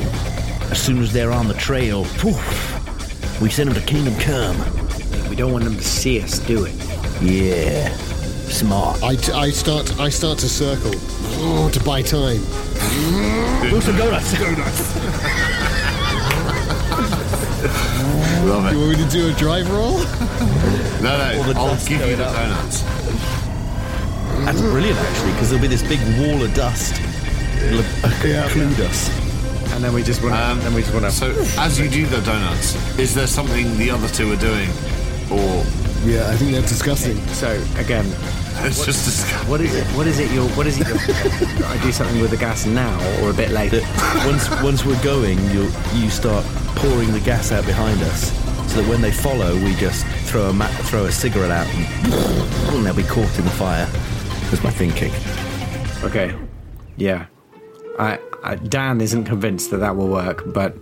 Speaker 8: as soon as they're on the trail, poof, we send them to Kingdom Come.
Speaker 9: We don't want them to see us do it.
Speaker 8: Yeah, smart.
Speaker 6: I, t- I start I start to circle oh, to buy time.
Speaker 8: Wilson donuts.
Speaker 6: Donuts. Love it. You want me to do a drive roll? *laughs*
Speaker 4: No, no, I'll give you the donuts.
Speaker 17: That's brilliant, actually, because there'll be this big wall of dust. It'll include us.
Speaker 12: And then we just want. Um, then we just want to.
Speaker 4: So as you do the donuts, is there something the other two are doing, or *laughs*
Speaker 6: Yeah, I think they're disgusting.
Speaker 12: So again,
Speaker 4: it's just disgusting?
Speaker 12: What is it? What is it? Your what is it? Your, *laughs* I do something with the gas now or a bit later?
Speaker 17: once once we're going, you you start pouring the gas out behind us, so that when they follow, we just throw a ma- throw a cigarette out, and, *laughs* and they'll be caught in the fire. Was my thinking.
Speaker 12: Okay, yeah. I, I Dan isn't convinced that that will work, but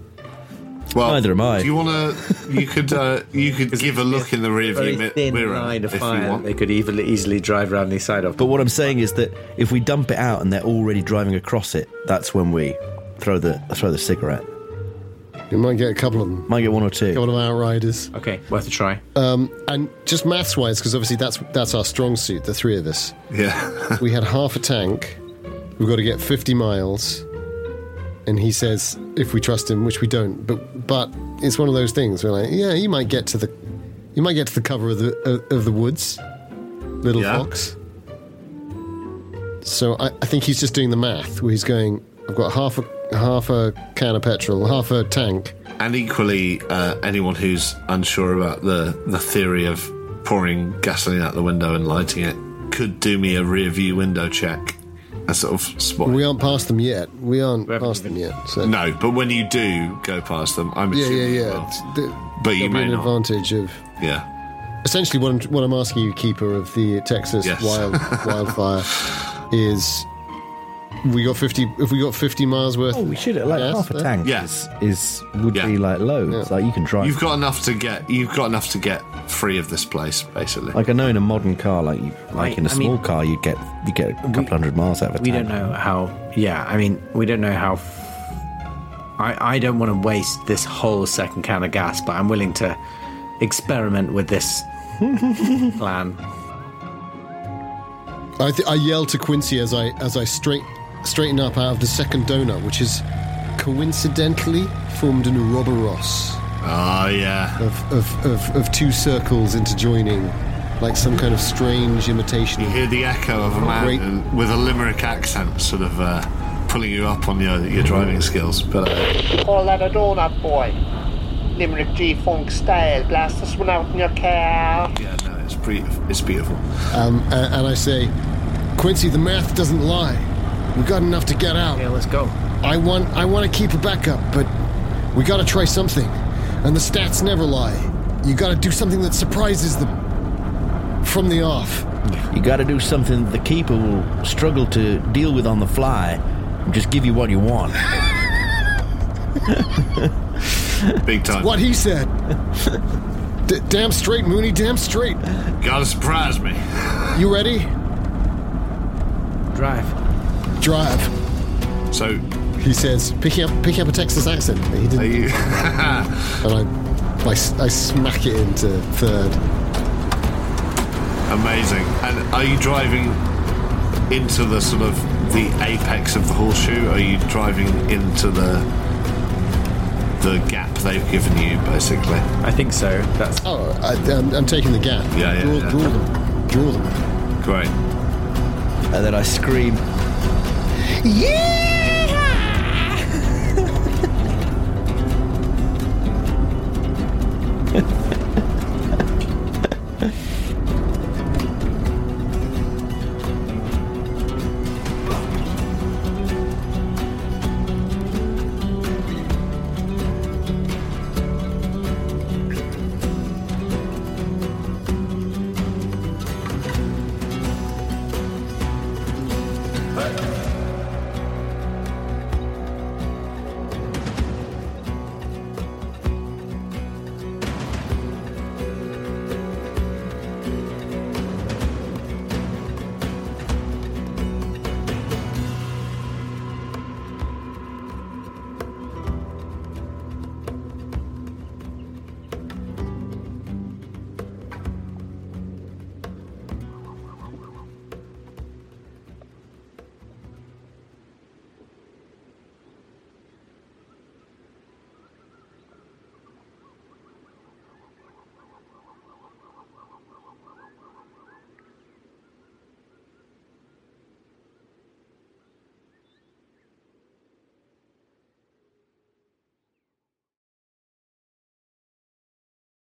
Speaker 4: Well,
Speaker 17: Neither am I.
Speaker 4: Do you want to? You could. Uh, you could give a look in the
Speaker 12: very
Speaker 4: rearview mi-
Speaker 12: thin
Speaker 4: mirror
Speaker 12: line
Speaker 4: if
Speaker 12: of
Speaker 4: you
Speaker 12: fire that
Speaker 4: want.
Speaker 12: they could easily easily drive around the side of.
Speaker 17: But what I'm saying is that if we dump it out and they're already driving across it, that's when we throw the throw the cigarette.
Speaker 6: You might get a couple of them.
Speaker 17: Might get one or two.
Speaker 6: Couple of outriders.
Speaker 12: Okay, worth a try.
Speaker 6: Um, and just maths wise, because obviously that's that's our strong suit, the three of us.
Speaker 4: Yeah. *laughs*
Speaker 6: we had half a tank. We've got to get 50 miles. And he says, if we trust him, which we don't, but but it's one of those things. We're like, yeah, you might get to the, you might get to the cover of the of, of the woods, little
Speaker 4: Yeah.
Speaker 6: fox. So I, I think he's just doing the math, where he's going, I've got half a half a can of petrol, half a tank.
Speaker 4: And equally, uh, anyone who's unsure about the the theory of pouring gasoline out the window and lighting it could do me a rear view window check. A sort of spot.
Speaker 6: We aren't past them yet. We aren't past them yet. So
Speaker 4: No, but when you do go past them, I'm
Speaker 6: yeah,
Speaker 4: assuming
Speaker 6: yeah,
Speaker 4: you will.
Speaker 6: yeah. Th-
Speaker 4: But you
Speaker 6: there'll be
Speaker 4: may
Speaker 6: an
Speaker 4: not.
Speaker 6: advantage of
Speaker 4: Yeah.
Speaker 6: essentially what I'm, what I'm asking you, keeper of the Texas
Speaker 4: Yes.
Speaker 6: wild wildfire, is we got fifty. If we got fifty miles worth,
Speaker 17: Oh, we should like
Speaker 6: Yes,
Speaker 17: half a
Speaker 6: there.
Speaker 17: tank.
Speaker 4: Yes.
Speaker 17: is, is would be like loads. Like you can drive.
Speaker 4: You've got enough to get. You've got enough to get free of this place, basically.
Speaker 17: like I know in a modern car, like you, like
Speaker 12: I-
Speaker 17: in a
Speaker 12: I
Speaker 17: small
Speaker 12: mean-
Speaker 17: car, you get you get a couple hundred miles out of a
Speaker 12: We
Speaker 17: tank.
Speaker 12: don't know how. Yeah, I mean, we don't know how. f- I, I don't want to waste this whole second can of gas, but I'm willing to experiment with this *laughs* plan.
Speaker 6: I, th- I yell to Quincy as I as I straight straighten up out of the second donut, which is coincidentally formed in Roboros.
Speaker 4: Ah, yeah.
Speaker 6: Of, of, of, of two circles interjoining, like some kind of strange imitation. You
Speaker 4: hear the echo of a man
Speaker 6: Great-
Speaker 4: uh, with a Limerick accent sort of uh, pulling you up on your, your driving skills. But uh,
Speaker 22: Call that a donut boy. Limerick G Funk style. Blast this one out in your car.
Speaker 4: yeah, no, it's pretty, it's beautiful.
Speaker 6: Um, a- and, I say, Quincy, the math doesn't lie. We got enough to get out. Yeah,
Speaker 12: let's go.
Speaker 6: I want I want to keep a backup, but we got to try something. And the stats never lie. You got to do something that surprises them from the off.
Speaker 8: You got to do something the keeper will struggle to deal with on the fly. and Just give you what you want.
Speaker 4: Big time.
Speaker 6: What
Speaker 4: *laughs*
Speaker 6: he said. D- damn straight, Mooney. Damn straight.
Speaker 4: Gotta surprise me.
Speaker 6: You ready?
Speaker 12: Drive.
Speaker 6: Drive.
Speaker 4: So
Speaker 6: He says, picking up picking up a Texas accent, but he didn't.
Speaker 4: you? *laughs*
Speaker 6: and I, I, s- I smack it into third.
Speaker 4: Amazing. And are you driving into the sort of the apex of the horseshoe? Are you driving into the the gap they've given you, basically?
Speaker 12: I think so. That's
Speaker 6: Oh, I, I'm, I'm taking the gap.
Speaker 4: Yeah, yeah,
Speaker 6: Draw,
Speaker 4: yeah.
Speaker 6: draw them. Draw them.
Speaker 4: great.
Speaker 8: And then I scream,
Speaker 16: Yeah!